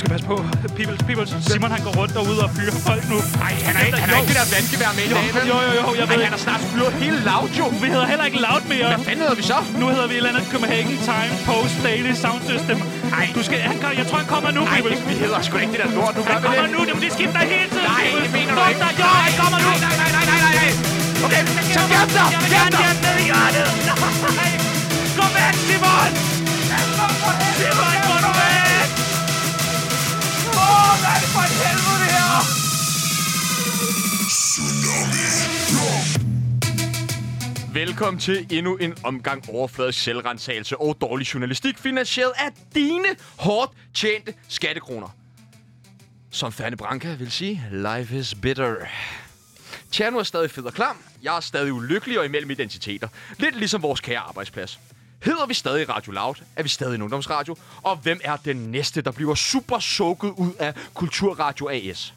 skal passe på. Peoples, Peoples. Simon, han går rundt derude og fyrer folk nu. Nej, han er ikke, han er ikke det der vandgevær med i Jo, dag, vel? jo, jo, jo, jeg ved Ej, ikke. han har snart fyret hele loud, jo. Vi hedder heller ikke Loud mere. Hvad fanden hedder vi så? Nu hedder vi et eller andet Copenhagen Time Post Daily Sound System. Ej. Du skal, han, kom- jeg tror, han kommer nu, Nej, Peoples. vi hedder sgu da ikke det der lort. Du gør Han vi det. kommer nu. Jamen, det skifter hele tiden, Nej, Peoples. det mener du Fuck ikke. dig, Jo, han kommer nu. Nej, nej, nej, nej, nej, nej, nej. Okay, så fjern dig! Jeg vil Fjern gerne dig! hjælpe ned i hjørnet. Nej. Gå væk, Simon. Simon, gå nu væk. Åh, hvad er det for et helvede, det her? Velkommen til endnu en omgang overfladisk selvrensagelse og dårlig journalistik, finansieret af dine hårdt tjente skattekroner. Som Fanny Branca vil sige, life is bitter. Tjerno er stadig fed og klam. Jeg er stadig ulykkelig og imellem identiteter. Lidt ligesom vores kære arbejdsplads. Hedder vi stadig Radio Loud? Er vi stadig en ungdomsradio? Og hvem er den næste, der bliver super sukket ud af Kulturradio AS?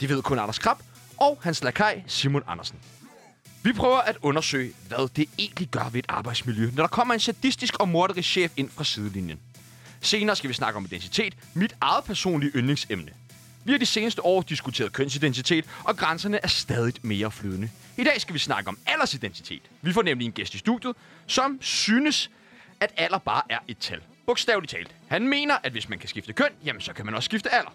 Det ved kun Anders Krab og hans lakaj Simon Andersen. Vi prøver at undersøge, hvad det egentlig gør ved et arbejdsmiljø, når der kommer en sadistisk og morderisk chef ind fra sidelinjen. Senere skal vi snakke om identitet, mit eget personlige yndlingsemne. Vi har de seneste år diskuteret kønsidentitet, og grænserne er stadig mere flydende. I dag skal vi snakke om aldersidentitet. Vi får nemlig en gæst i studiet, som synes, at alder bare er et tal. Bogstaveligt talt. Han mener, at hvis man kan skifte køn, jamen så kan man også skifte alder.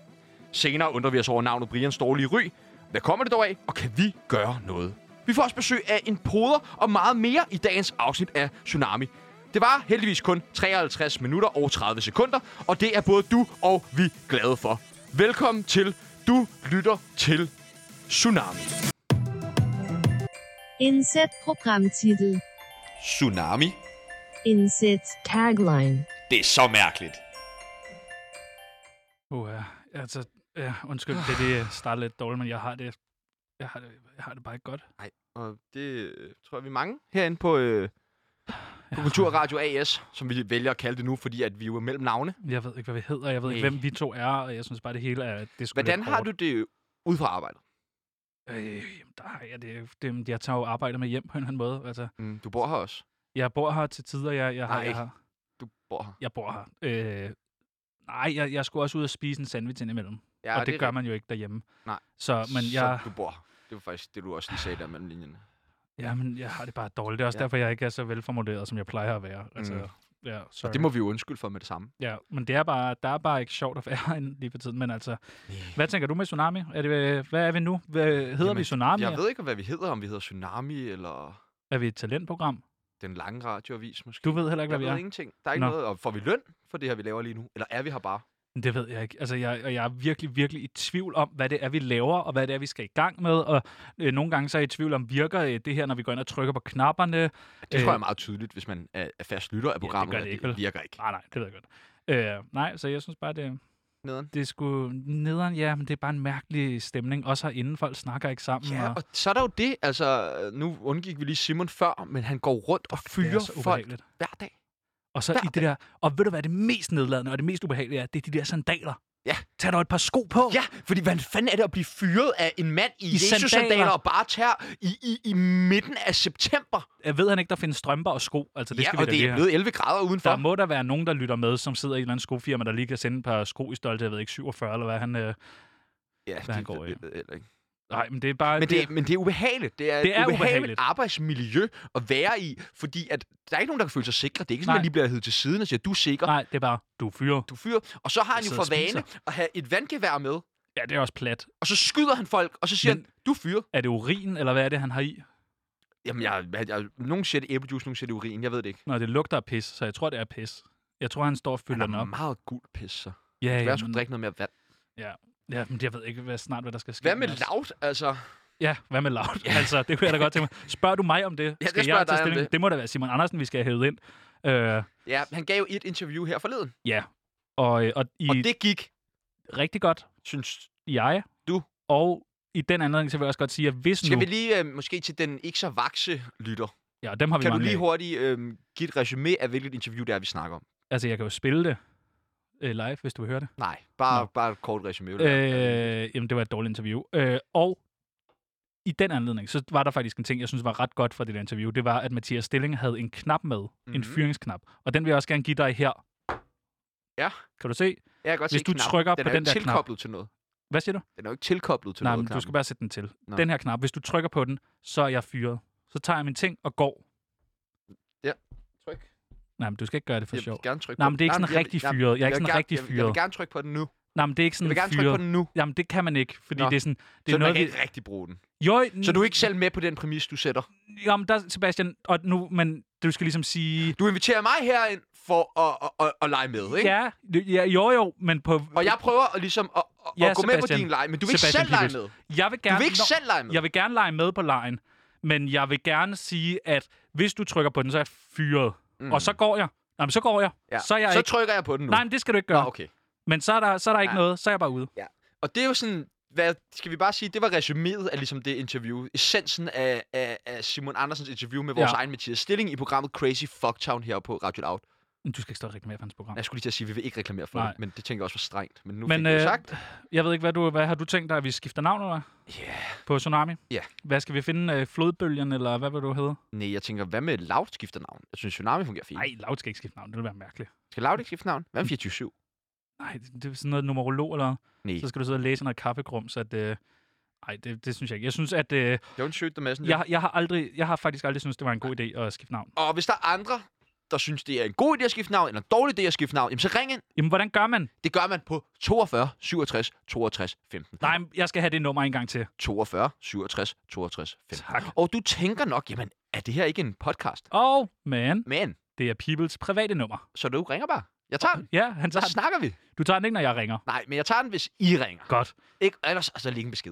Senere undrer vi os over navnet Brians dårlige ry. Hvad kommer det dog af, og kan vi gøre noget? Vi får også besøg af en poder og meget mere i dagens afsnit af Tsunami. Det var heldigvis kun 53 minutter og 30 sekunder, og det er både du og vi glade for. Velkommen til Du lytter til Tsunami. Inset Programmtitel. Tsunami? Inset Tagline. Det er så mærkeligt. Åh, ja. Altså, ja, undskyld, det, det starter lidt dårligt, men jeg har det, jeg har det, jeg har det bare ikke godt. Og det øh, tror jeg, vi er mange herinde på, øh, på Kulturradio AS, som vi vælger at kalde det nu, fordi at vi er jo er mellem navne. Jeg ved ikke, hvad vi hedder, jeg ved ikke, Nej. hvem vi to er, og jeg synes bare, det hele er... Det er sgu lidt Hvordan har hårdt. du det øh, ude fra arbejdet? Øh, jamen, der har jeg det, det, jeg tager jo arbejde med hjem på en eller anden måde. Altså, Mm, du bor her også. jeg bor her til tider, jeg, jeg, har, Nej. jeg, har, Du bor her. jeg bor her. Øh, nej, jeg, jeg skulle også ud og spise en sandwich indimellem. Ja, og det, det gør man jo ikke derhjemme. Nej. Så, men jeg, Så du bor her. Det var faktisk det, du også lige sagde der mellem linjerne. ja, men jeg har det bare dårligt. Det er også ja. Ja. derfor, jeg ikke er så velformuleret, som jeg plejer at være. Altså, Mm. mm. ja, sorry. Og det må vi jo undskylde for med det samme. Ja, men det er bare, der er bare ikke sjovt at være herinde lige for tiden. Men altså, hvad tænker du med Tsunami? Er det, øh, hvad er vi nu? Hvad, hedder Jamen, vi Tsunami? Jeg ved ikke, hvad vi hedder. Om vi hedder Tsunami eller Er vi et talentprogram? Den Lange Radioavis måske. Du ved heller ikke, jeg hvad vi ved er. ingenting. Der er ikke Nå. noget. Og får vi løn for det her, vi laver lige nu? Eller er vi her bare? Men Det ved jeg ikke. Altså, jeg, og jeg er virkelig, virkelig i tvivl om, hvad det er, vi laver, og hvad det er, vi skal i gang med. Og øh, nogle gange så er jeg i tvivl om, virker øh, det her, når vi går ind og trykker på knapperne? Øh. Det tror jeg er meget tydeligt, hvis man er, er fast lytter af det gør programmet. det at ikke, vel? virker ikke. Ah, Nej, nej, det ved jeg godt. Øh, nej, så jeg synes bare, det, Nederen. det er sgu nederen, ja, men det er bare en mærkelig stemning. Også herinde, folk snakker ikke sammen. Ja, og, og så er der jo det, altså, nu undgik vi lige Simon før, men han går rundt og det er fyrer så folk ubehageligt. hver dag. Og så Hver i det der, og ved du hvad det mest nedladende og det mest ubehagelige er, det er de der sandaler. Ja. Tag dog et par sko på. Ja, fordi hvad fanden er det at blive fyret af en mand i, I I Jesus-sandaler sandaler. og bare tær i, i, i midten af september? Jeg ved han ikke, der findes strømper og sko. Altså, det ja, skal og vi da det lige er have. blevet 11 grader udenfor. Der må der være nogen, der lytter med, som sidder i et eller andet skofirma, der lige kan sende et par sko i størrelse, jeg ved ikke, 47 eller hvad han... Øh... ja, hvad han det, går det, i. det, ved jeg heller ikke. Nej, men det er bare... Men, det, men det er ubehageligt. Det er, Det er et ubehageligt, ubehageligt. arbejdsmiljø at være i, fordi at der er ikke nogen, der kan føle sig sikre. Det er ikke sådan, Nej. at man lige bliver heddet til siden og siger, du er sikker, Nej, det er bare, du er fyre. du fyrer. Og så har han jo sidder for og spiser. vane at have et vandgevær med, Ja, det er også plat. og så skyder han folk, og så siger Men- han, du fyrer. Er det urin, eller hvad er det, han har i? Jamen, jeg, jeg, jeg, nogen siger det æblejuice, nogen siger det urin, jeg ved det ikke. Nå, det lugter af pis, så jeg tror, det er pis. Jeg tror, han står og fylder han den er op. meget gul pis, så. Ja, Jeg ja, skulle men, drikke noget mere vand. ja, men jeg ved ikke hvad, snart, hvad der skal ske. Hvad med men altså- lavt, altså? Ja, hvad med loud? Ja. Altså, det kunne jeg da godt tænke mig. Spørger du mig om det? det skal spørger jeg dig om stilling? det. Det må da være Simon Andersen, vi skal have hævet ind. Øh, Ja, han gav jo et interview her forleden, ja, og, øh, og I og og det... det gik, rigtig godt, synes jeg. Du. Og i den anledning, så vil jeg også godt sige, at hvis Skal nu... vi lige øh, måske til den ikke så vakse lytter? Ja, dem har vi Kan du mange lige af. hurtigt øh, give et resume af, hvilket interview det er, vi snakker om? Altså, jeg kan jo spille det øh, live, hvis du vil høre det. Nej, bare, Nå. bare et kort resume. vil jeg gerne. Øh, jamen, det var et dårligt interview. Øh, og i den anledning, så var der faktisk en ting, jeg synes var ret godt for det der interview. Det var, at Mathias Stilling havde en knap med. Mm-hmm. En Mhm. fyringsknap. Og den vil jeg også gerne give dig her. Ja. Kan du se? Jeg kan godt Hvis se du knappen. trykker den på er jo den ikke der knap. tilkoblet til noget. Hvad siger du? Den er jo ikke tilkoblet til Nej, noget. men du skal knappen. bare sætte den til. Nå. Den her knap, hvis du trykker på den, så er jeg fyret. Så tager jeg min ting og går. Tryk. Nej, men du skal ikke gøre det for jeg sjov. vil gerne trykke Nej, på men den. det er ikke Nej, sådan jeg vil- rigtig jeg- fyret. Jeg er ikke vil sådan gerne- rigtig jeg vil- Jeg fyret. vil gerne trykke på den nu. Nej, men det er ikke Jeg sådan vil gerne trykke på fyret. den nu, Jamen, det kan man ikke, fordi Nå. det er sådan... Det så er man noget, kan vi... ikke rigtig bruge den. Jo, Så du er ikke selv med på den præmis, du sætter? Jamen, der, Sebastian, og nu, men du skal ligesom sige... Du inviterer mig herind for at, at, at, at lege med, ikke? Ja, ja, jo jo, men på... Og jeg prøver at, ligesom at, at, Ja, at gå med på Sebastian. din leg, men du vil ikke Sebastian selv lege med. Pibels. jeg vil gerne, Du vil ikke Nå, selv lege med. Jeg vil gerne lege med på lejen, men jeg vil gerne sige, at hvis du trykker på den, så er jeg fyret. Mm. Og så går jeg. Jamen, så går jeg. ja. Så er jeg så ikke... trykker jeg på den nu. Nej, men det skal du ikke Nå, gøre. okay. Men så er der, så er der ikke Ja. noget. Så er jeg bare ude. Og det er jo sådan, hvad, skal vi bare sige, det var resuméet af ligesom det interview. Essensen af, af, af Simon Andersens interview med vores Ja. egen Mathias Stilling i programmet Crazy Fucktown her på Radio Loud. Men du skal ikke stå og reklamere for hans program. Jeg skulle lige til at sige, at vi vil ikke reklamere for Nej. det, men det tænker jeg også var strengt. Men nu Men, fik jeg det øh, sagt. Jeg ved ikke, hvad, du, hvad har du tænkt dig, at vi skifter navn eller hvad? Ja. på Tsunami? Ja. Hvad skal vi finde? Øh, flodbølgen, eller hvad vil du hedde? Nej, jeg tænker, hvad med Loud skifter navn? Jeg synes, Tsunami fungerer fint. Nej, Laut skal ikke skifte navn. Det vil være mærkeligt. Skal Loud ikke skifte navn? Hvad med 24 Nej, det, det er sådan noget numerolog eller Nej. Så skal du sidde og læse noget kaffegrums, at... Øh, ej, det, det synes jeg ikke. Jeg synes, at... Øh, Don't shoot the messenger. jeg, jeg, har aldrig, jeg har faktisk aldrig synes det var en god idé at skifte navn. Og hvis der er andre, der synes, det er en god idé at skifte navn, eller en dårlig idé at skifte navn, jamen så ring ind. Jamen, hvordan gør man? Det gør man på 42 67 62 15. Nej, men jeg skal have det nummer en gang til. 42 67 62 15. Tak. Og du tænker nok, jamen, er det her ikke en podcast? Og, men, Men, det er Peoples private nummer. så du ringer bare. Jeg tager den. Ja, han Så tager den. snakker vi. Du tager den ikke, når jeg ringer. Nej, men jeg tager den, hvis I ringer. Godt. Ikke? Ellers altså, lige en besked.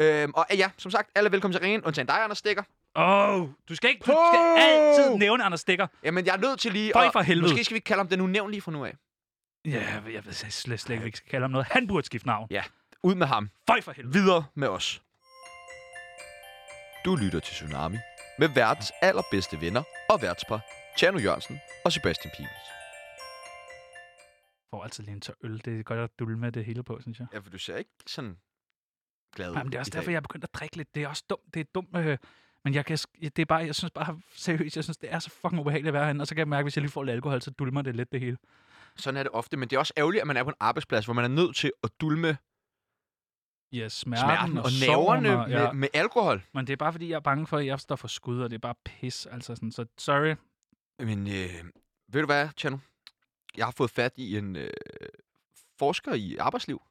Øhm, og ja, som sagt, alle er velkommen til at ringe ind, undtagen dig, Anders Stikker. Åh, oh, du skal ikke... Du skal Ho! altid nævne Anders Stikker. Jamen, jeg er nødt til lige... Føj at- for helvede. Måske skal vi kalde ham den unævnlige fra nu af. Ja, jeg ved slet, slet ikke, vi skal kalde ham noget. Han burde skifte navn. Ud med ham. Føj for helvede. videre med os. Du lytter til Tsunami med verdens allerbedste venner og værtspar, Tjerno Jørgensen og Sebastian Pibels. Jeg får altid lige en tør øl. Det er godt at dulme det hele på, synes jeg. Ja, for du ser ikke sådan glad ud Jamen, det er også i dag. derfor, jeg er begyndt at drikke lidt. Det er også dumt. Det er dumt. Øh, men jeg, kan, sk- det er bare, jeg synes bare seriøst, jeg synes, det er så fucking ubehageligt at være herinde. Og så kan jeg mærke, at hvis jeg lige får lidt alkohol, så dulmer det lidt det hele. Sådan er det ofte, men det er også ærgerligt, at man er på en arbejdsplads, hvor man er nødt til at dulme Ja, smerten, smerten og, og sorgen næverne og- med, ja. med alkohol. Men det er bare, fordi jeg er bange for, at jeg står for skud, og det er bare pis. Altså sådan, så sorry. Men øh, ved du hvad, Tjerno? Jeg har fået fat i en øh, forsker i arbejdsliv,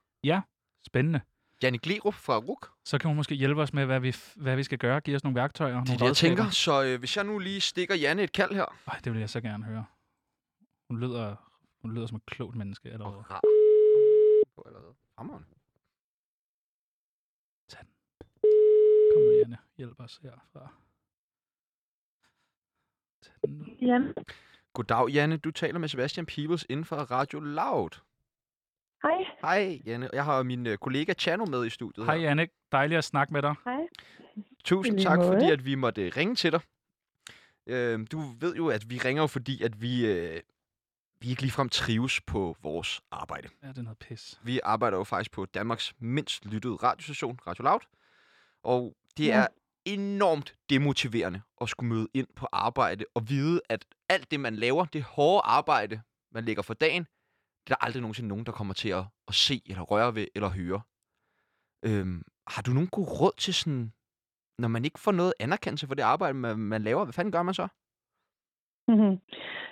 Spændende. Janne Glerup fra RUK. Så kan hun måske hjælpe os med, hvad vi, f- hvad vi skal gøre. Give os nogle værktøjer. Det er det, jeg tænker. Så øh, hvis jeg nu lige stikker Janne et kald her, Ej, det vil jeg så gerne høre. Hun lyder, hun lyder som et klogt menneske. Eller Og oh. rar. På allerede. Hammeren. Kom nu, Janne. Hjælp os herfra. Tag den nu. Ja, Goddag, Janne. Du taler med Sebastian Peebles inden for Radio Loud. Hej. Hej, Janne. Jeg har min øh, kollega Chano med i studiet Hej, her. Janne. Dejligt at snakke med dig. Tusind I lige tak, måde. fordi at vi måtte øh, ringe til dig. Øh, du ved jo, at vi ringer jo, fordi at vi, øh, vi ikke ligefrem trives på vores arbejde. Ja, det er noget pis. Vi arbejder jo faktisk på Danmarks mindst lyttede radiostation, Radio Loud. Og det Ja. er enormt demotiverende at skulle møde ind på arbejde og vide, at alt det, man laver, det hårde arbejde, man lægger for dagen, det er der aldrig nogensinde nogen, der kommer til at, at se eller røre ved eller høre. Øhm, har du nogen god råd til sådan, når man ikke får noget anerkendelse for det arbejde, man, man laver? Hvad fanden gør man så? Mhm.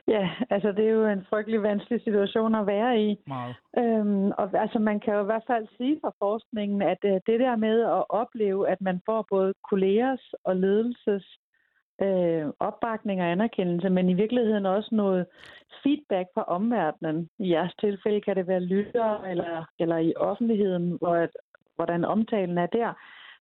Ja, altså det er jo en frygtelig vanskelig situation at være i. Meget. Øhm, og altså man kan jo i hvert fald sige fra forskningen, at øh, det der med at opleve, at man får både kollegers og ledelses øh, opbakning og anerkendelse, men i virkeligheden også noget feedback fra omverdenen. I jeres tilfælde kan det være lyttere eller, eller i offentligheden, hvor at, hvordan omtalen er der.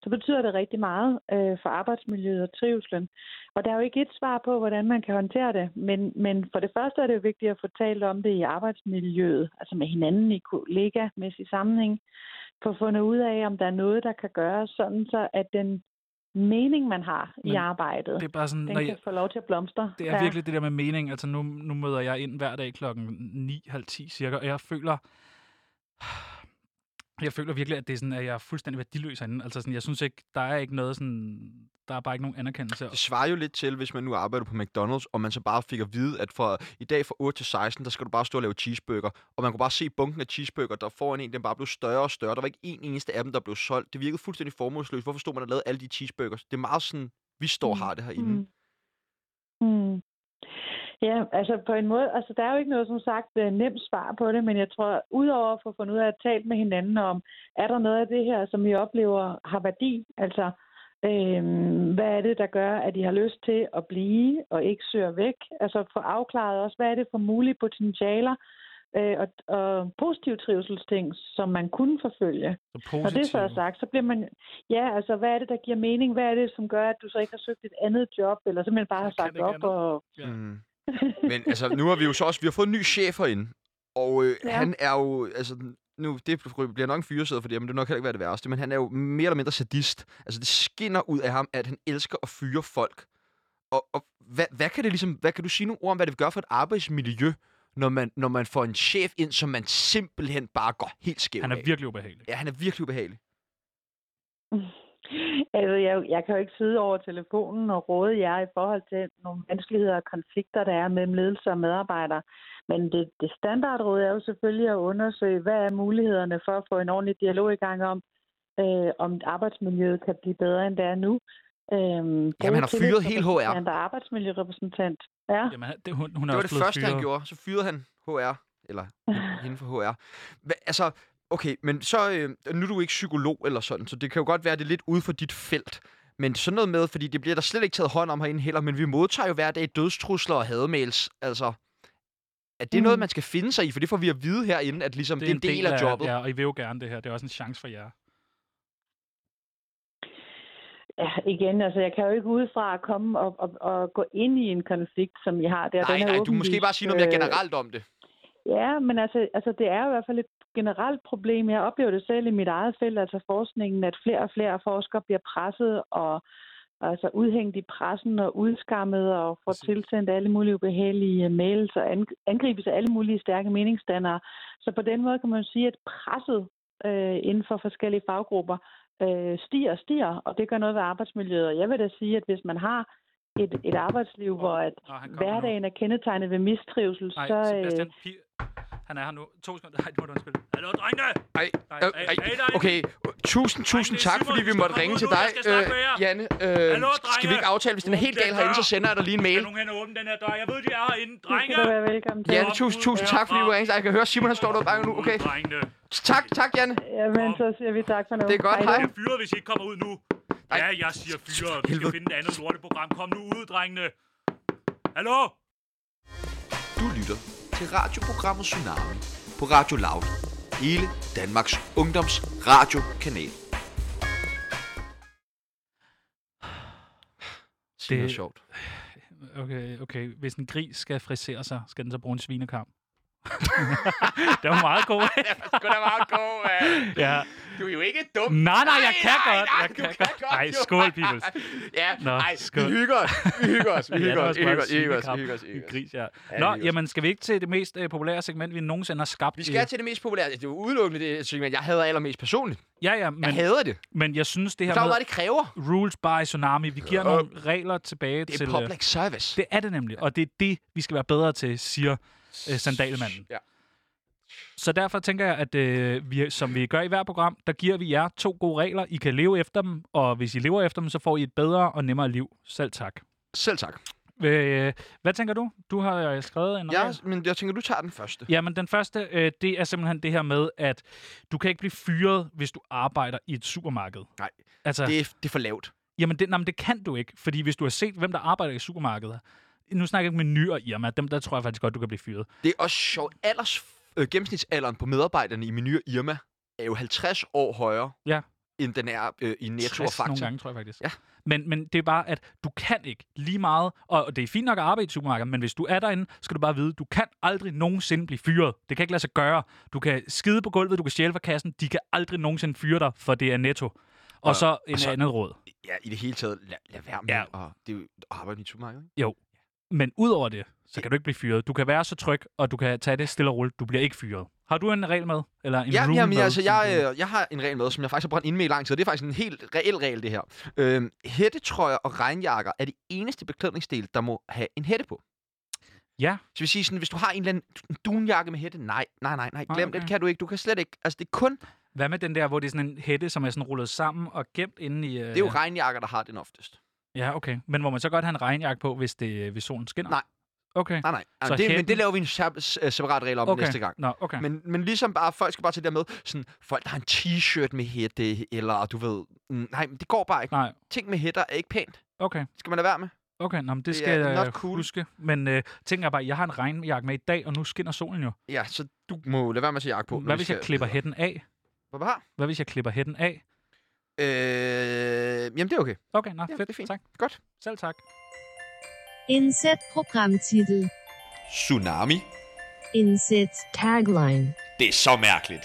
Så betyder det rigtig meget øh, for arbejdsmiljøet og trivselen. Og der er jo ikke et svar på, hvordan man kan håndtere det. Men, men for det første er det jo vigtigt at få talt om det i arbejdsmiljøet, altså med hinanden i kollegamæssig sammenhæng, for at fundet ud af, om der er noget, der kan gøres sådan, så at den mening, man har i Men arbejdet, Det er bare sådan, den når kan jeg, få lov til at blomstre. Mm. det er virkelig det der med mening. Altså, nu, nu møder jeg ind hver dag klokken 9.30 cirka, og jeg føler... jeg føler virkelig, at det er sådan, at jeg er fuldstændig værdiløs herinde. Altså sådan, jeg synes ikke, der er ikke noget sådan, der er bare ikke nogen anerkendelse. Det svarer jo lidt til, hvis man nu arbejder på McDonald's, og man så bare fik at vide, at fra, i dag fra 8 til 16, der skal du bare stå og lave cheeseburger. Og man kunne bare se bunken af cheeseburger, der foran en, den bare blev større og større. Der var ikke en eneste af dem, der blev solgt. Det virkede fuldstændig formålsløst. Hvorfor stod man og lavede alle de cheeseburgers? Det er meget sådan, vi står og har det herinde. Mm. Mm. Ja, altså på en måde, altså der er jo ikke noget som sagt øh, nemt svar på det, men jeg tror, udover at få fundet ud af at tale med hinanden om, er der noget af det her, som I oplever har værdi? Altså, øh, hvad er det, der gør, at I har lyst til at blive og ikke søger væk? Altså få afklaret også, hvad er det for mulige potentialer øh, og, og positive trivselsting, som man kunne forfølge? Så Når det så er positivt. sagt, så bliver man... Ja, altså, hvad er det, der giver mening? Hvad er det, som gør, at du så ikke har søgt et andet job, eller simpelthen bare har Jeg kan sagt ikke op andet. og... Ja. Mm. Men altså, nu har vi jo så også, vi har fået en ny chef herinde, og øh, ja. Ja. han er jo, altså, nu, det bliver nok en fyresæde for det, her, men det er nok heller ikke være det værste, men han er jo mere eller mindre sadist. Altså, det skinner ud af ham, at han elsker at fyre folk. Og, og hvad, hvad, kan det ligesom, hvad kan du sige nogle ord om, hvad det gør for et arbejdsmiljø, når man, når man får en chef ind, som man simpelthen bare går helt skævt Han er af? virkelig ubehagelig. Ja, han er virkelig ubehagelig. Altså, jeg, jeg kan jo ikke sidde over telefonen og råde jer i forhold til nogle vanskeligheder og konflikter, der er mellem ledelse og medarbejdere. Men det, det standardråd er jo selvfølgelig at undersøge, hvad er mulighederne for at få en ordentlig dialog i gang om, øh, om arbejdsmiljøet kan blive bedre, end det er nu. Øhm, han har fyret hele HR. Han er arbejdsmiljørepræsentant. Ja. Jamen, han- det, hun, hun er det var også det blevet første, fyret. han gjorde. Så fyrede han HR, eller inden for HR. Hva, altså, okay, men så, øh, nu er du ikke psykolog eller sådan, så det kan jo godt være, det er lidt ude for dit felt. Men sådan noget med, fordi det bliver der slet ikke taget hånd om herinde heller, men vi modtager jo hver dag dødstrusler og hademails, altså. Er det mm. Mm. noget, man skal finde sig i? For det får vi at vide herinde, at ligesom, det er en del af jobbet. Ja, og I vil jo gerne det her. Det er også en chance for jer. Ja, igen, altså jeg kan jo ikke udefra komme og, og, og gå ind i en konflikt, som jeg har der. nej, Den er nej, du må måske åbenlyst, bare sige noget mere øh, generelt om det. Ja, men altså, altså det er jo i hvert fald et generelt problem. Jeg oplever det selv i mit eget felt, altså forskningen, at flere og flere forskere bliver presset og altså udhængt i pressen og udskammet og får Præcis. tilsendt alle mulige ubehagelige øh, mails og ang- angribes af alle mulige stærke meningsdannere. Så på den måde kan man jo sige, at presset øh, inden for forskellige faggrupper øh, stiger og stiger, og det gør noget ved arbejdsmiljøet. Og jeg vil da sige, at hvis man har et, et arbejdsliv, hvor at Nå, han kommer nu. hverdagen er kendetegnet ved mistrivsel, Nej, så... øh, Sebastian, pi... han er her nu. To sekunder. Nej, nu må du undskylde. Hallo, drengene! Ej, nej, øh, nej, ej, nej, nej. okay, tusind, tusind det er tak, Simon, fordi vi du måtte skal ringe komme til ud nu, dig. jeg skal snakke med jer. Janne, øh, Hallo, skal drenge. vi ikke aftale, hvis den er Åbn helt den gal herinde, så dør. sender jeg dig lige en Skal mail. nogen hen og åbne den her dør? Jeg ved, de er herinde. Det skal Drenge! du være velkommen til. Janne, tusind, tusind tak, fordi du ringede. Jeg kan høre, Simon han står der og banker nu. Okay, Drengene. tak, tak, Janne. Jamen, så siger vi tak for nu. Det er godt, hej. Jeg fyrer, hvis I ikke kommer ud nu. Ja, jeg siger fyre. Vi skal Helvede. finde et andet lorteprogram. Kom nu ud, drengene. Hallo? Du lytter til radioprogrammet Tsunami på Radio Loud. Hele Danmarks Ungdoms radiokanal. Det er Det- sjovt. Okay, okay. Hvis en gris skal frisere sig, skal den så bruge en svinekam? det var meget god. Sgu da meget god, mand. ja. Du er jo ikke dum. Nej, nej, jeg kan nej, godt. Nej, Jeg du kan godt. Ej, jo. skål, peoples. ja, Nå, nej, skål. vi hygger os. Vi hygger os. Vi Ja, det hygger var os. også Vi bare hygger os. en Vi hygger os. Vi svinekam. hygger os. Vi En hygger os. Gris, ja. Ja, Nå, det er jamen skal vi ikke til det mest øh, populære segment, vi nogensinde har skabt? Vi i- skal til det mest populære. Altså, Det er jo udelukkende det segment, jeg hader allermest personligt. Ja, ja, men, Jeg hader det. men jeg synes det Der her er jo med meget, det kræver. rules by tsunami, vi giver Ja. nogle regler tilbage Det til... er øh, public service. Det er det nemlig, og det er det, vi skal være bedre til, siger øh, sandalmanden. Ja. Så derfor tænker jeg, at øh, vi, som vi gør i hver program, der giver vi jer to gode regler. I kan leve efter dem, og hvis I lever efter dem, så får I et bedre og nemmere liv. Selv tak. Selv tak. Øh, hvad tænker du? Du har øh, skrevet en Jeg, regel. men jeg tænker, du tager den første. Jamen, den første, øh, det er simpelthen det her med, at du kan ikke blive fyret, hvis du arbejder i et supermarked. Nej. Altså, Det det... er, det er for lavt. Jamen, det, jamen, det kan du ikke, fordi hvis du har set, hvem der arbejder i supermarkedet, nu snakker jeg ikke med nye og Irma, dem der tror jeg faktisk godt, du kan blive fyret. Det er også sjovt. Alders, øh, gennemsnitsalderen på medarbejderne i Meny og Irma er jo 50 år højere, Ja. end den er øh, i Netto og 60 nogle Fakta. gange, tror jeg faktisk. Ja. Men, men det er bare, at du kan ikke lige meget, og og det er fint nok at arbejde i et supermarked, men hvis du er derinde, skal du bare vide, du kan aldrig nogensinde blive fyret. Det kan ikke lade sig gøre. Du kan skide på gulvet, du kan stjæle fra kassen, de kan aldrig nogensinde fyre dig, for det er netto. Og, Og- så en så- andet råd. Ja, i det hele taget. Lad, lad være med Ja. ja. at det er jo at arbejde i et supermarked. ikke? Men udover det, så kan du ikke blive fyret. Du kan være så tryg, og du kan tage det stille og roligt. Du bliver ikke fyret. Har du en regel med? Eller en Ja, rule jamen, med, altså, som du- jeg, øh, jeg har en regel med, som jeg faktisk har brændt inde med i lang tid. og Det er faktisk en helt reel regel, det her. Øhm, hættetrøjer og regnjakker er de eneste beklædningsdel, der må have en hætte på. Ja. Så vi siger sådan, hvis du har en eller anden en dunjakke med hætte, nej, nej, nej, nej, Nej, glem okay. det, kan du ikke. Du kan slet ikke. Altså, det er kun, det Hvad med den der, hvor det er sådan en hætte, som er sådan rullet sammen og gemt inde i... Øh... er jo regnjakker, der har den oftest. Ja, okay. Men må man så godt have en regnjakke på, hvis, det, øh, hvis solen skinner? Nej. Okay. Nej, nej. Så nej det, men hætten- det laver vi en sep- s- øh, separat regel om okay. okay. næste gang. Nå, okay. Men, men ligesom bare, folk skal bare til det der med, sådan, folk, der har en t-shirt med hætte, eller du ved, mm, nej, men det går bare ikke. Nej, Ting med hætter er ikke pænt. okay. Det skal man lade være med. Okay, Nå, men det Det er skal jeg øh, not cool. huske. Men øh, tænker jeg bare, jeg har en regnjakke med i dag, og nu skinner solen jo. Ja, så du må lade være med at tage jakke på. når Hvad vi hvis skal jeg klipper videre. hætten af? Hvad hvad har? Hvad hvis jeg klipper hætten af? Øh, jamen, det er okay. Okay, nå, Ja, fedt. det er fint. Tak. Godt. Selv tak. Inset Programmtitel. Tsunami? Inset Tagline. Det er så mærkeligt.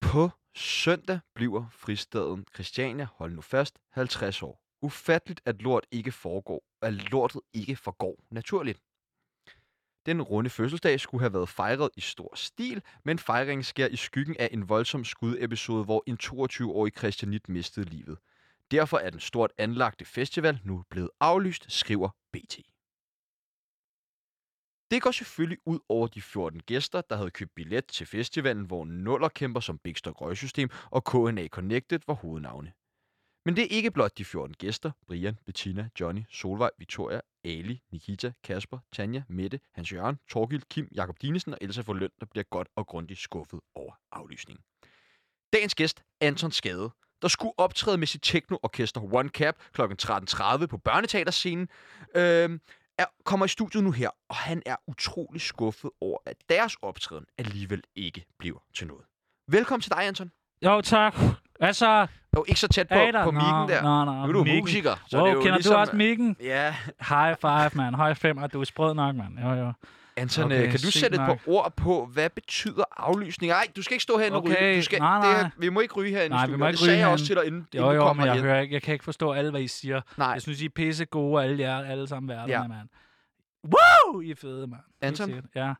På søndag bliver fristaden Christiania, hold nu fast, 50 år. Ufatteligt, at lort ikke foregår, at lortet ikke forgår naturligt. Den runde fødselsdag skulle have været fejret i stor stil, men fejringen sker i skyggen af en voldsom skudepisode, hvor en 22-årig Christianit mistede livet. Derfor er den stort anlagte festival nu blevet aflyst, skriver BT. Det går selvfølgelig ud over de 14 gæster, der havde købt billet til festivalen, hvor nuller kæmper som Big Stock Røgsystem og KNA Connected var hovednavne. Men det er ikke blot de 14 gæster, Brian, Bettina, Johnny, Solvej, Victoria, Ali, Nikita, Kasper, Tanja, Mette, Hans Jørgen, Torgild, Kim, Jakob Dinesen og Elsa for Løn, der bliver godt og grundigt skuffet over aflysningen. Dagens gæst, Anton Skade, der skulle optræde med sit teknoorkester One Cap kl. 13.30 på børneteaterscenen, øhm, er, kommer i studiet nu her, og han er utrolig skuffet over, at deres optræden alligevel ikke bliver til noget. Velkommen til dig, Anton. Jo, tak. Hvad så? Jo, ikke så tæt på, Ada? på mikken Nå, der. Nå, nå, nu er du mikken. musiker, så Wow, det er jo kender ligesom, du også mikken? Ja, High five, mand. High five, du er sprød nok, mand. Jo, jo. Anton, Okay, okay, kan du sygt sætte et par nok. ord på, hvad betyder aflysning? Nej, du skal ikke stå herinde og Okay, ryge. Du skal, nej, Det, nej. her- vi må ikke ryge herinde Nej, i vi studiet. må ikke det ryge sagde jeg også herinde. til dig, inden, Jo, inden du jo, kom men jeg herhen. hører ikke. Jeg kan ikke forstå alle, hvad I siger. Nej, Jeg synes, I er pisse gode, alle jer, alle sammen verden, Ja. ja. mand. Woo! I er fede, mand. Helt Anton? sikkert, Ja.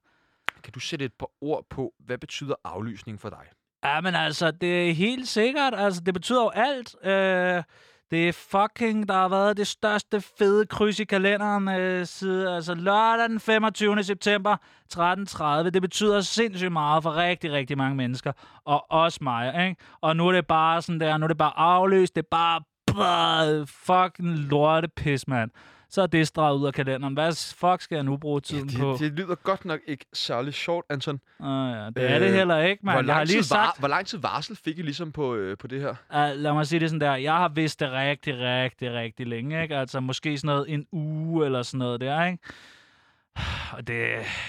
kan du sætte et par ord på, hvad betyder aflysning for dig? Ja, men altså, det er helt sikkert. Altså, det betyder jo alt. Øh, det er fucking, der har været det største fede kryds i kalenderen øh, siden altså, lørdag den 25. september 13.30. Det betyder sindssygt meget for rigtig, rigtig mange mennesker. Og også mig, ikke? Og nu er det bare sådan der, nu er det bare afløst. Det er bare, bare fucking lortepis, mand. Så er det streget ud af kalenderen. Hvad fuck skal jeg nu bruge tiden det, på? Det, det lyder godt nok ikke særlig sjovt, Anton. ja, det er det Øh, heller ikke, hvor, mand. Jeg har lang lige tid sagt... var, hvor lang tid varsel fik I ligesom på, øh, på det her? Uh, lad mig sige det sådan der. Jeg har vidst det rigtig, rigtig, rigtig længe. Ikke? Altså måske sådan noget en uge eller sådan noget der, ikke? Og det,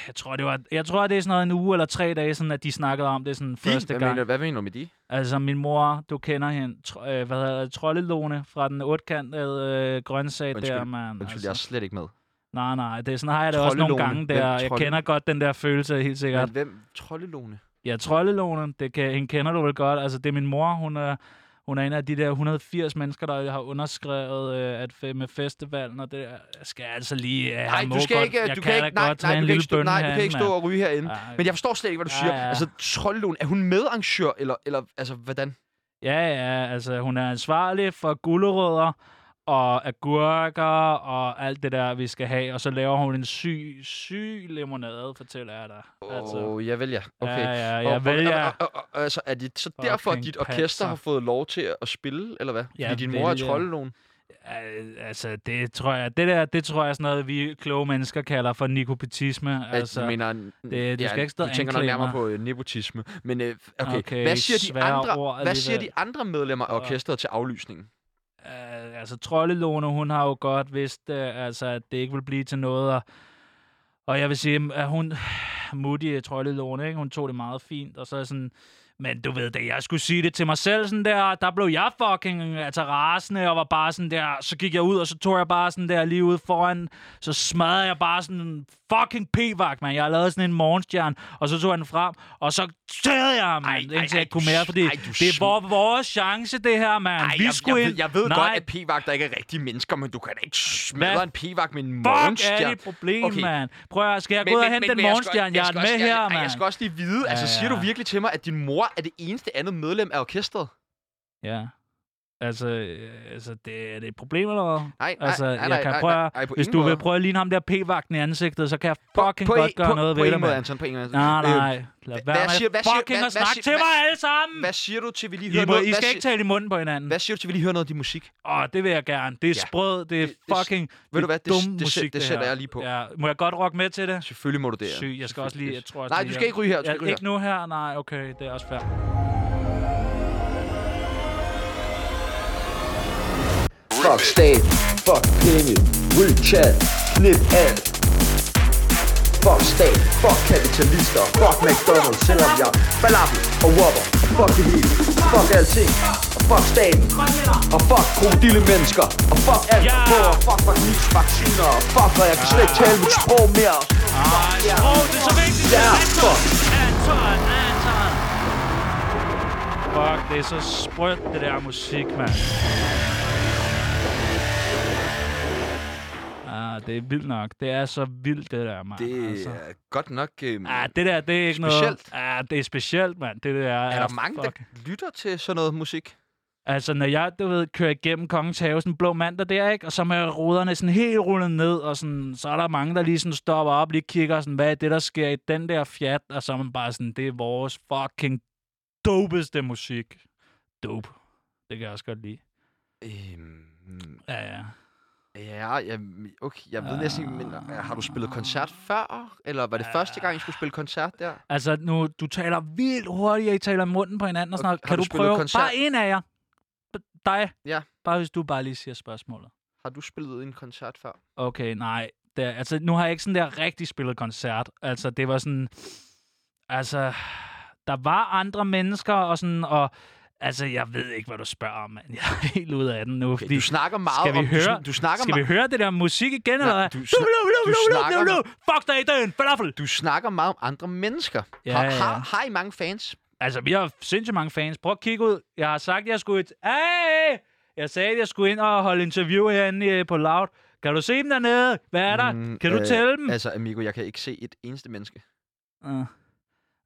jeg tror, det var, jeg tror, det er sådan noget en uge eller tre dage, sådan, at de snakkede om det sådan første hvad gang. Mener, hvad mener du med de? Altså min mor, du kender hende, tro, øh, hvad hedder det, Trollelone fra den otkantede øh, grøntsag Undskyld, der, mand. Altså, Undskyld, jeg er slet ikke med. nej, nej, det er sådan har jeg det også nogle Trollelone. gange Hvem der. Jeg Trolle- kender godt den der følelse, helt sikkert. Men hvem? Trollelone? Ja, Trollelånen, det kan, hende kender du vel godt. Altså, det er min mor, hun er, hun er en af de der 180 mennesker, der har underskrevet øh, at fe- med festivalen, og det jeg skal jeg altså lige... Øh, Nej, du skal ikke, jeg du kan da ikke, nej, godt tage nej, en du kan lille ikke stå, bønne nej, du kan ikke herinde, stå og ryge herinde. mand. Ej. Men jeg forstår slet ikke, hvad du Ja, siger. ja. Altså, Trollelone, er hun medarrangør, eller, eller altså, hvordan? Ja, ja, altså hun er ansvarlig for gulerødder og agurker og alt det der, vi skal have. Og så laver hun en syg, syg limonade, fortæller jeg dig. Altså, Åh, oh, ja, vel ja. Okay. ja, ja, Og- jeg og- vælger... og- og- og- Altså, er det så derfor, at Fucking dit orkester panser. har fået lov til at spille, eller hvad? Jeg Fordi din mor er vælger. Trollelone. Øh, Altså, det tror jeg, det der, det tror jeg er sådan noget, vi kloge mennesker kalder for nikopetisme. Altså, Altså, jeg mener, det- du skal ikke stå du og tænker nok anklage nærmere mig. på øh, nepotisme. Men øh, okay. okay, Okay, hvad siger de svære andre, ord hvad siger de alligevel. andre medlemmer af Og- orkestret til aflysningen? øh, altså Trollelone, hun har jo godt vidst, øh, altså, at det ikke vil blive til noget. Og, mm, og jeg vil sige, at hun, Mutti øh, Trollelone, ikke? hun tog det meget fint, og så sådan, Men du ved, da jeg skulle sige det til mig selv sådan der, der blev jeg fucking altså rasende og var bare sådan der. Så gik jeg ud, og så tog jeg bare sådan der lige ud foran. Så smadrede jeg bare sådan en fucking p-vagt, mand. Jeg lavede sådan en morgenstjerne, og så tog jeg den frem, og så tædede jeg ham, Ej, mand, ej, indtil ej, jeg ikke du kunne mere, s- fordi ej, du det er vor, vores chance, det her, mand. Ej, Vi jeg, skulle jeg, ved, ind. jeg ved Nej, godt, at p-vagter ikke er rigtige mennesker, men du kan da ikke smadre Hvad en p-vagt med en Fuck morgenstjerne. er det et problem, okay. mand. Prøv at høre, skal jeg gå ud og hente den jeg skal morgenstjerne, også- jeg er skal med også- her, jeg, ej, Jeg mand? skal også lige vide, ja, altså Ja, siger du ja. virkelig til mig, at din mor er det eneste andet medlem af orkestret? Ja. Altså, øh, altså det, er det et problem, eller hvad? Nej, nej, altså, nej, nej, jeg kan nej, prøve, nej, at- nej, på hvis ingen du måde. vil prøve at ligne ham der p-vagten i ansigtet, så kan jeg fucking på, godt en- gøre på, noget på ved en det, måde, mand. Anton, på en måde. Anton. Nej, Øh, nej. Lad hvad- være hvad siger- med hvad siger- fucking hvad- at hvad snakke siger- til mig hvad- alle sammen! Hvad siger du til, vi lige hører I, må, noget? I hvad skal siger- ikke tale i munden på hinanden. Hvad siger du til, vi lige hører noget af din musik? Åh, det vil jeg gerne. Det er Ja. sprød, det er Det- det- fucking ved du hvad, det- dum det sæt- musik, det her. sætter jeg lige på. Ja. Må jeg godt rocke med til det? Selvfølgelig må du det. Syg, jeg skal også lige, jeg tror også Nej, lige, du skal jeg- ikke ryge her. Du skal Ja, ikke ryge ikke nu her, nej, okay, det er også fair. Fuck stat, fuck penge, ryg chat, flip alt Fuck stat, fuck kapitalister, fuck McDonalds, selvom jeg falafel og whopper Fuck det hele, fuck alting, og fuck staten Og fuck krokodillemennesker, og fuck alt Ja! på, og fuck vacciner, og fuck, og jeg kan slet ikke tale mit sprog mere Ej, sprog, det er så vigtigt. Ja, Anton, fuck. Anton, Anton. Fuck, det er så sprødt, det der musik, mand. Ah, det er vildt nok. Det er så vildt, det der, mand. altså. Det er godt nok... øhm, Ah, det der, det er ikke specielt. noget... Ah, det er specielt, mand. Det der Er der mange, ah, fuck. der lytter til sådan noget musik? Altså, når jeg, du ved, kører igennem Kongens Have, sådan en blå mandag der, ikke? Og så med ruderne sådan helt rullet ned, og sådan, så er der mange, der lige sådan stopper op, lige kigger sådan, hvad er det, der sker i den der fjat? Og så er man bare sådan, det er vores fucking dopeste musik. Dope. Det kan jeg også godt lide. Øhm, Ja, ja. ja, jeg, okay, jeg ved næsten ikke, men Ah. øh, har du spillet koncert før? Eller var det første gang, I skulle spille koncert der? Altså, nu, du taler vildt hurtigt, og I taler i munden på hinanden og sådan Og noget. har Kan du du, spillet prøve? koncert? Bare en af jer. B- dig. Ja. Bare hvis du bare lige siger spørgsmålet. Har du spillet en koncert før? Okay, nej. Det, er- altså, nu har jeg ikke sådan der rigtig spillet koncert. Altså, det var sådan... Altså, der var andre mennesker og sådan, og... Altså, jeg ved ikke, hvad du spørger om, mand. Jeg er helt ude af den nu, Okay, fordi... du snakker meget skal vi om... du høre, sn- Du snakker skal vi høre det der musik igen, eller hvad? du Du, snak- du snakker snakker... meget- Fuck dig i dagen, falafel! du snakker meget om andre mennesker. Ja, har, ja, ja. Har, har I mange fans? Altså, vi har sindssygt mange fans. Prøv at kigge ud. Jeg har sagt, jeg skulle... Et... Hey! Jeg sagde, at jeg skulle ind og holde interview herinde øh, på Loud. Kan du se dem dernede? Hvad er der? Mm, kan du øh, tælle dem? Altså, Amigo, jeg kan ikke se et eneste menneske. Ja. Øh.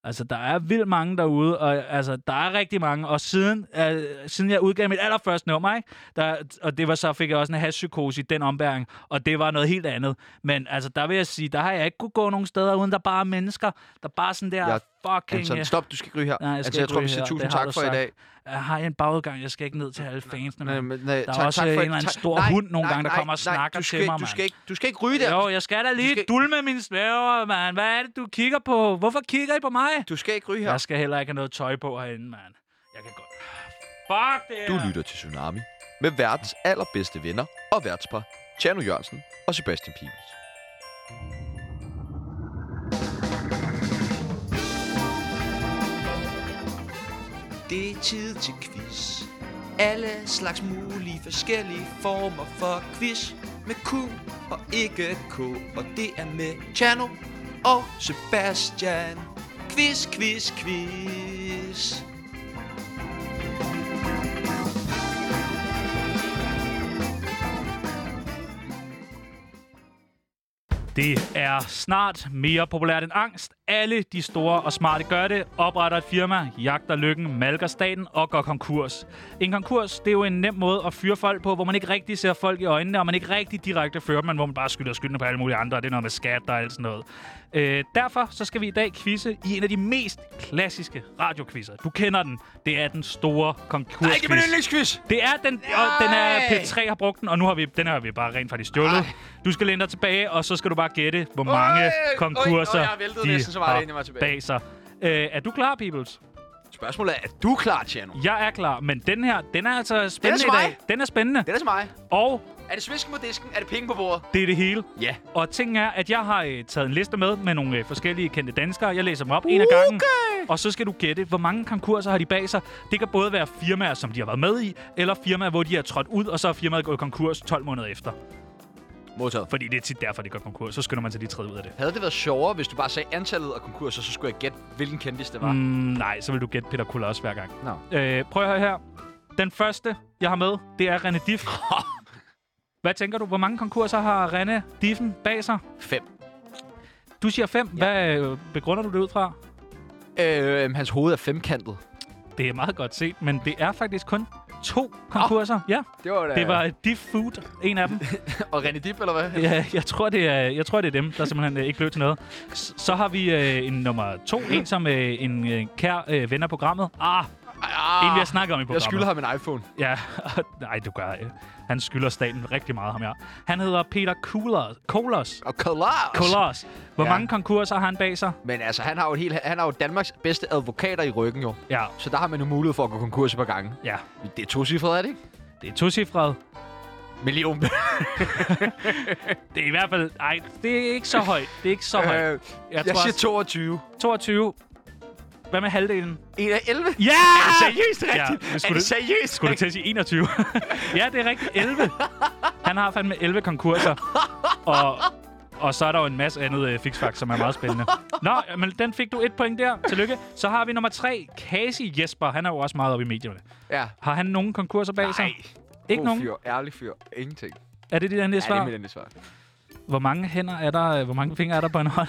Altså, der er vildt mange derude, og altså, der er rigtig mange. Og siden, øh, siden jeg udgav mit allerførste nummer, ikke? Der, og det var så, fik jeg også en hashpsykose i den ombæring, og det var noget helt andet. Men altså, der vil jeg sige, der har jeg ikke kunne gå nogen steder, uden der bare er mennesker, der bare sådan der, Jeg- fucking... Anton, øh, stop, du skal ikke ryge her. Nej, jeg skal altså, jeg ikke tror, vi ryge siger her. tusind Det har tak du for i sagt. dag. jeg har en bagudgang, jeg skal ikke ned til alle fansene. Nej, mand. men, nej, Der er også en eller anden stor hund nogle gange, der kommer og snakker til du skal, mig, du mand. skal, ikke, du skal ikke ryge der. Jo, jeg skal da lige skal- skal... dulme mine svæver, mand. Hvad er det, du kigger på? Hvorfor kigger I på mig? Du skal ikke ryge her. Jeg skal heller ikke have noget tøj på herinde, mand. Jeg kan godt... Fuck det her. Du lytter til Tsunami med verdens allerbedste venner og værtspar, Tjerno Jørgensen og Sebastian Pibels. Det er tid til quiz. Alle slags mulige forskellige former for quiz. Med Q og ikke K. Og det er med Chano og Sebastian. Quiz, quiz, quiz. Det er snart mere populært end angst. Alle de store og smarte gør det, opretter et firma, jagter lykken, malker staten og går konkurs. En konkurs, det er jo en nem måde at fyre folk på, hvor man ikke rigtig ser folk i øjnene, og man ikke rigtig direkte fører dem, men hvor man bare skylder skylden på alle mulige andre, og det er noget med skat og alt sådan noget. Øh, derfor så skal vi i dag quizze i en af de mest klassiske radioquizzer. Du kender den. Det er den store konkursquiz. Nej, det er min yndlingsquiz. Det er den, og den er P3 har brugt den, og nu har vi, den har vi bare rent faktisk stjålet. Ej. Du skal læne dig tilbage, og så skal du bare gætte, hvor mange øj, konkurser øj, jeg væltede de næsten så meget, har inden jeg var tilbage. bag sig. Øh, er du klar, Peoples? Spørgsmålet er, er du klar, Tjerno? Jeg er klar, men den her, den er altså spændende til i dag. mig. Den er spændende, Det er til mig. og Er det svisken på disken? Er det penge på bordet? det er det hele. Ja. Og ting er, at jeg har øh, taget en liste med med nogle øh, forskellige kendte danskere. Jeg læser dem op en af gangen. Og så skal du gætte, hvor mange konkurser har de bag sig. Det kan både være firmaer, som de har været med i, eller firmaer, hvor de er trådt ud, og så er firmaet gået konkurs 12 måneder efter. Modtaget. Fordi det er tit derfor, de går konkurs. Så skynder man sig lige træde ud af det. Havde det været sjovere, hvis du bare sagde antallet af konkurser, så skulle jeg gætte, hvilken kendis det var? Mm. Mm, nej, så vil du gætte Peter Kulos hver gang. Nå. Øh, prøv at høre her. Den første, jeg har med, det er René Diff. Hvad tænker du? Hvor mange konkurser har René Diffen bag sig? Fem. Du siger fem. Ja. Hvad øh, begrunder du det ud fra? Øh, hans hoved er femkantet. Det er meget godt set, men det er faktisk kun to konkurser. Oh, ja, Det var da... det var Diff Food, en af dem. Og René Dib, eller hvad? Ja, jeg tror, det er, jeg tror, det er dem, der simpelthen øh, ikke blev til noget. S- Så har vi øh, en nummer to, en som øh, en øh, kær øh, ven af programmet. Ah, en vi har snakket om i Jeg programmet. skylder ham en iPhone. Ja, nej, du gør ikke. Han skylder staten rigtig meget, ham her. Han hedder Peter Kolos. Kolos. Og Kolar. Kolos. Hvor Ja. ja. mange konkurser har han bag sig? Men altså, han har jo, et helt, han har jo Danmarks bedste advokater i ryggen, jo. Ja, Så der har man jo mulighed for at gå konkurs et par gange. ja. Det er tocifret, er det ikke? Det er tocifret. Million. Det er i hvert fald... Ej, det er ikke så højt. Det er ikke så højt. jeg, Øh, jeg tror siger også- 22. 22. Hvad med halvdelen? En af Ja! 11? Er det seriøst rigtigt? men er skulle det det- seriøst? Skulle du til at sige 21? ja, det er rigtigt. 11. Han har fandme 11 konkurser. Og, og så er der jo en masse andet øh, fixfax, som er meget spændende. Nå, men den fik du et point der. Tillykke. Så har vi nummer 3. Kasi Jesper. Han er jo også meget oppe i medierne. Ja. Har han nogen konkurser bag sig? Ikke God nogen? Fyr, ærlig fyr. Ingenting. Ja, Er det dit endelige det svar? er mit endelige svar. Hvor mange hænder er der? øh, Hvor mange fingre er der på en hånd?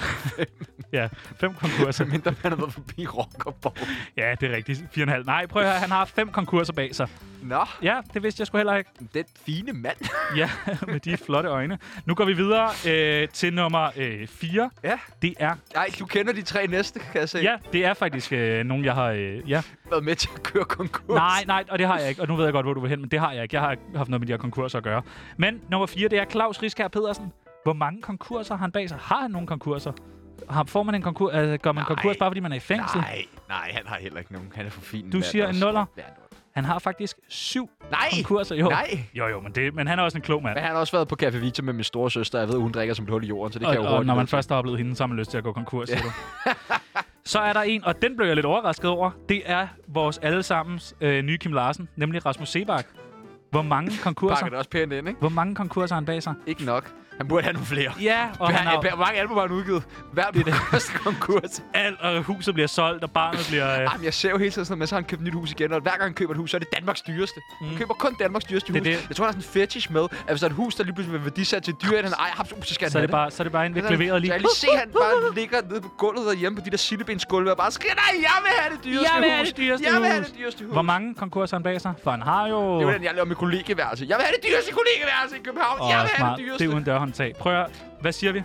ja, fem konkurser. Mindre man har været forbi Rockerborg. Ja, det er rigtigt. Fire og en halv. Nej, prøv at høre. Han har fem konkurser bag sig. Nå, Ja, det vidste jeg sgu heller ikke. den fine mand. Ja, med de flotte øjne. Nu går vi videre øh, til nummer 4. ja. Det er, Ej, du kender de tre næste, kan jeg se. ja, det er faktisk øh, nogen, jeg har... Øh, ja. Været med til at køre konkurs. Nej, nej, og det har jeg ikke. Og nu ved jeg godt, hvor du vil hen, men det har jeg ikke. Jeg har ikke haft noget med de her konkurser at gøre. Men nummer 4, det er Claus Riskær Pedersen. Hvor mange konkurser har han bag sig? Har han nogen konkurser? Har, får man en konkurs? Øh, gør man Nej. nej, konkurs, bare fordi man er i fængsel? Nej, nej, han har heller ikke nogen. Han er for fin. Du mand siger en også. nuller. Ja, en nuller. Han har faktisk syv Nej! konkurser. Jo. Nej! Jo, jo, men, det, men han er også en klog mand. Men han har også været på Café Vita med min store søster. Jeg ved, hun drikker som et hul i jorden, så det kan jeg Og, jo og hurtigt. når man vide. først har oplevet hende, så har man lyst til at gå konkurs. Ja. så er der en, og den blev jeg lidt overrasket over. Det er vores allesammens øh, nye Kim Larsen, nemlig Rasmus Sebak. Hvor mange konkurser, Pakker det også pænt ind, ikke? hvor mange konkurser har han bag sig? Ikke nok. Han burde have nogle flere. Ja, og han Hver- har Hvor mange album har han udgivet? Hver det første konkurs. alt, og huset bliver solgt, og barnet bliver... Øh, Jamen, jeg ser jo hele tiden sådan noget med, så har han købt et nyt hus igen, og hver gang han køber et hus, så er det Danmarks dyreste. Han køber kun Danmarks dyreste Mm. Det det er hus. det. Det. Jeg tror, han har sådan en fetish med, at hvis der er et hus, der lige pludselig bliver værdisat til dyre, end han ejer, absolut, så skal han så, er have det bare, så er det bare en ved klaveret lige. Så jeg lige se, han bare ligger nede på gulvet derhjemme på de der sillebensgulve og bare skriger, nej, jeg vil have det dyreste Jeg vil hus. have det dyreste jeg vil have hus." det dyreste hus. Hvor mange konkurser har han bag sig? For han har jo... Det var den, jeg lavede med kollegeværelse. Jeg vil have det dyreste kollegeværelse i København. Åh, jeg vil have smart. det dyreste. Det er uden dørhåndtag. Prøv at, høre. hvad siger vi?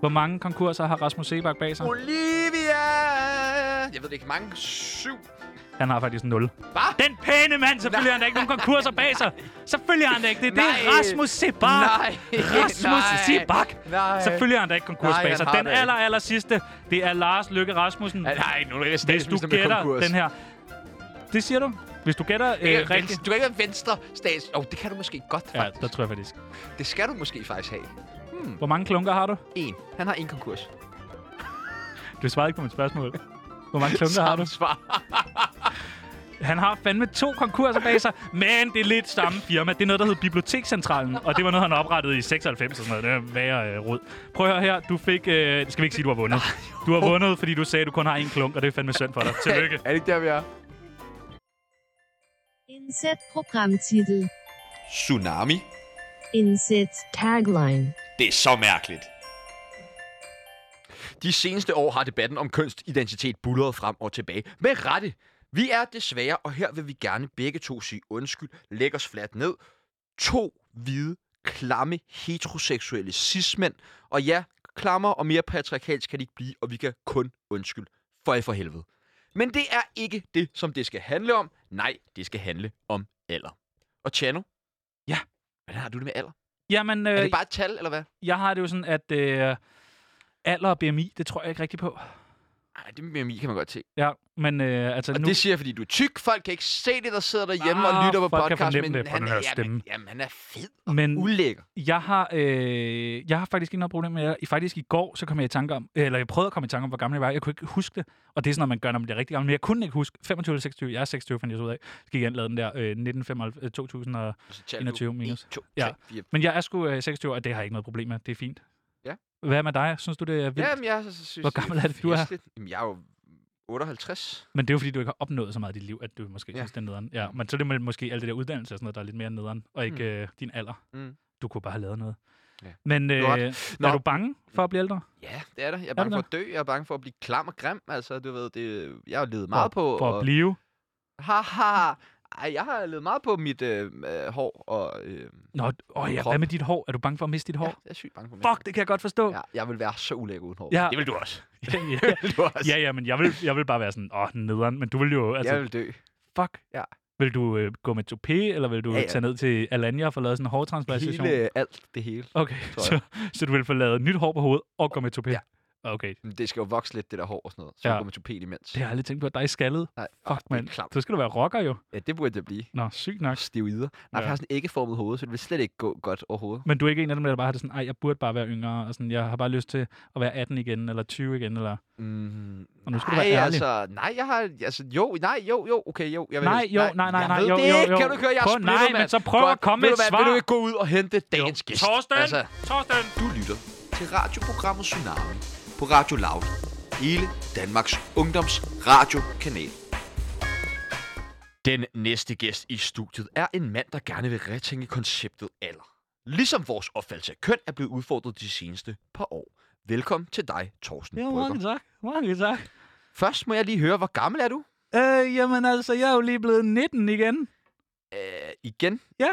Hvor mange konkurser har Rasmus Sebak bag sig? Olivia! Jeg ved det ikke, mange syv. Han har faktisk 0. Hva? Den pæne mand, selvfølgelig har han da ikke nogen konkurser bag sig. Selvfølgelig har han da ikke det. Det er Nej. Rasmus Sebak. Nej. Rasmus Nej. Sebak. Nej. Selvfølgelig har han da ikke konkurs Nej, bag han sig. har Den det ikke. aller, aller sidste, det er Lars Løkke Rasmussen. Ja, nej, nu er det Hvis du statsminister med gætter konkurs. den her... Det siger du? Hvis du gætter Det er øh, rigtigt... venstre, du kan ikke være venstre stats... Jo, oh, det kan du måske godt, Ja, faktisk. Hmm. der tror jeg faktisk. Det skal du måske faktisk have. Hvor mange klunker har du? En. Han har en konkurs. Du svarede ikke på mit spørgsmål. Hvor mange klunker har du? Svar. Han har fandme to konkurser bag sig, men det er lidt samme firma. Det er noget, der hedder Bibliotekscentralen, og det var noget, han oprettede i 96 og sådan noget. Det er værre øh, rod. Prøv at høre her. Du fik... Øh, skal vi ikke sige, du har vundet? Du har vundet, fordi du sagde, at du kun har én klunk, og det er fandme synd for dig. Tillykke. Er det ikke der, vi er? Inset Programmtitel. Tsunami. Inset Tagline. Det er så mærkeligt. De seneste år har debatten om kønsidentitet bulleret frem og tilbage. Med rette. Vi er desværre, og her vil vi gerne begge to sige undskyld, lægge os fladt ned. To hvide, klamme, heteroseksuelle cis-mænd. Og ja, klammer og mere patriarkalsk kan det ikke blive, og vi kan kun undskylde. For i for helvede. Men det er ikke det, som det skal handle om. Nej, det skal handle om alder. Og Chano? Ja. Hvordan har du det med alder? Jamen, Øh, er øh, det bare et tal, eller hvad? jeg har det jo sådan, at øh, alder og BMI, det tror jeg ikke rigtigt på. Ej, det mimik kan man godt se. Ja, men øh, altså Og nu... det siger jeg, fordi du er tyk. Folk kan ikke se det, der sidder derhjemme Ah, og lytter på folk kan podcast. fornemme Men det på han, den er, her stemme. Mm. jamen, jamen, han er fed og Men ulækker. jeg har, øh, jeg har faktisk ikke noget problem med det. Faktisk i går, så kom jeg i tanke om, eller jeg prøvede at komme i tanke om, hvor gammel jeg var. Jeg kunne ikke huske det. Og det er sådan noget, man gør, når man bliver rigtig gammel. Men jeg kunne ikke huske. 25 eller 26. Jeg er 26, fandt jeg så ud af. Så gik jeg ind og lavede den der øh, 1995, øh, 2000 og... Så tager 21 du minus. 1, 2, 3, Ja. 4. Men jeg er sgu øh, 26, og det har jeg ikke noget problem med. Det er fint. Ja. Hvad med dig? Synes du, det er vildt? Jamen, jeg så, så synes, Hvor det gammel er det, du er? festligt. Jamen, jeg er jo 58. Men det er jo fordi, du ikke har opnået så meget i dit liv, at du måske ja. Ja. synes, det er nederen. Ja, men så er det må- måske alt det der uddannelse og sådan noget, der er lidt mere nederen, og ikke Mm. øh, din alder. Mm. Du kunne bare have lavet noget. Ja. Men øh, Du har Nå. er du bange for at blive ældre? Ja, det er det. Jeg er bange det for at dø. Jeg er bange for at blive klam og grim. Altså, du ved, det, jeg har levet meget på... For at blive? Haha. Ej, jeg har levet meget på mit øh, øh, hår, og øh, Nå, åh, ja, Krop. hvad med dit hår? Er du bange for at miste dit hår? ja, Ja. jeg er sygt bange for Fuck, det kan jeg godt forstå. Ja, jeg vil være så ulækker uden hår. Ja. Det vil du også. Ja, ja. Det vil du også. ja, ja, men jeg vil, jeg vil bare være sådan, åh, nederen. Men du vil jo, altså, jeg vil dø. fuck. Ja. Vil du øh, gå med topé, eller vil du ja, Ja, ja. ja. tage ned til Alanya og få lavet sådan en hårtransplantation? Hele, øh, alt det hele. Okay, jeg. så, så du vil få lavet nyt hår på hovedet og gå med topé? Ja. Okay, Men Det skal jo vokse lidt, det der hår og sådan noget. Så Ja. ja. går man topet imens. det har jeg aldrig tænkt på, at dig er skaldet. Nej, åh, Fuck, det er mand. klamt. Så skal du være rocker jo. Ja, det burde det blive. Nå, sygt nok. Stivider. Nej, Ja. jeg har sådan ikke formet hoved, så det vil slet ikke gå godt overhovedet. Men du er ikke en af dem, der bare har det sådan, ej, jeg burde bare være yngre, og sådan, jeg har bare lyst til at være 18 igen, eller 20 igen, eller... Mm, Og nu skal du nej, være ærlig. altså, nej, jeg har, altså, jo, nej, jo, jo, okay, jo. Jeg vil Nej, helst- jo, nej, nej, jeg nej, ved jo, det jo, ikke. jo. Kan du ikke høre, jeg er Prøv- nej, splittet, men mand. så prøv at Godt. komme Ved med du et hvad, Vil du svar? ikke gå ud og hente dagens gæst? Torsten! Altså, Torsten! Du lytter til radioprogrammet Tsunami på Radio Loud. Hele Danmarks ungdoms radiokanal. Den næste gæst i studiet er en mand, der gerne vil retænke konceptet alder. Ligesom vores opfattelse af køn er blevet udfordret de seneste par år. Velkommen til dig, Torsten Ja, Brygger. mange tak. Mange tak. Først må jeg lige høre, hvor gammel er du? Øh, jamen altså, jeg er jo lige blevet 19 igen. Øh, igen? Ja.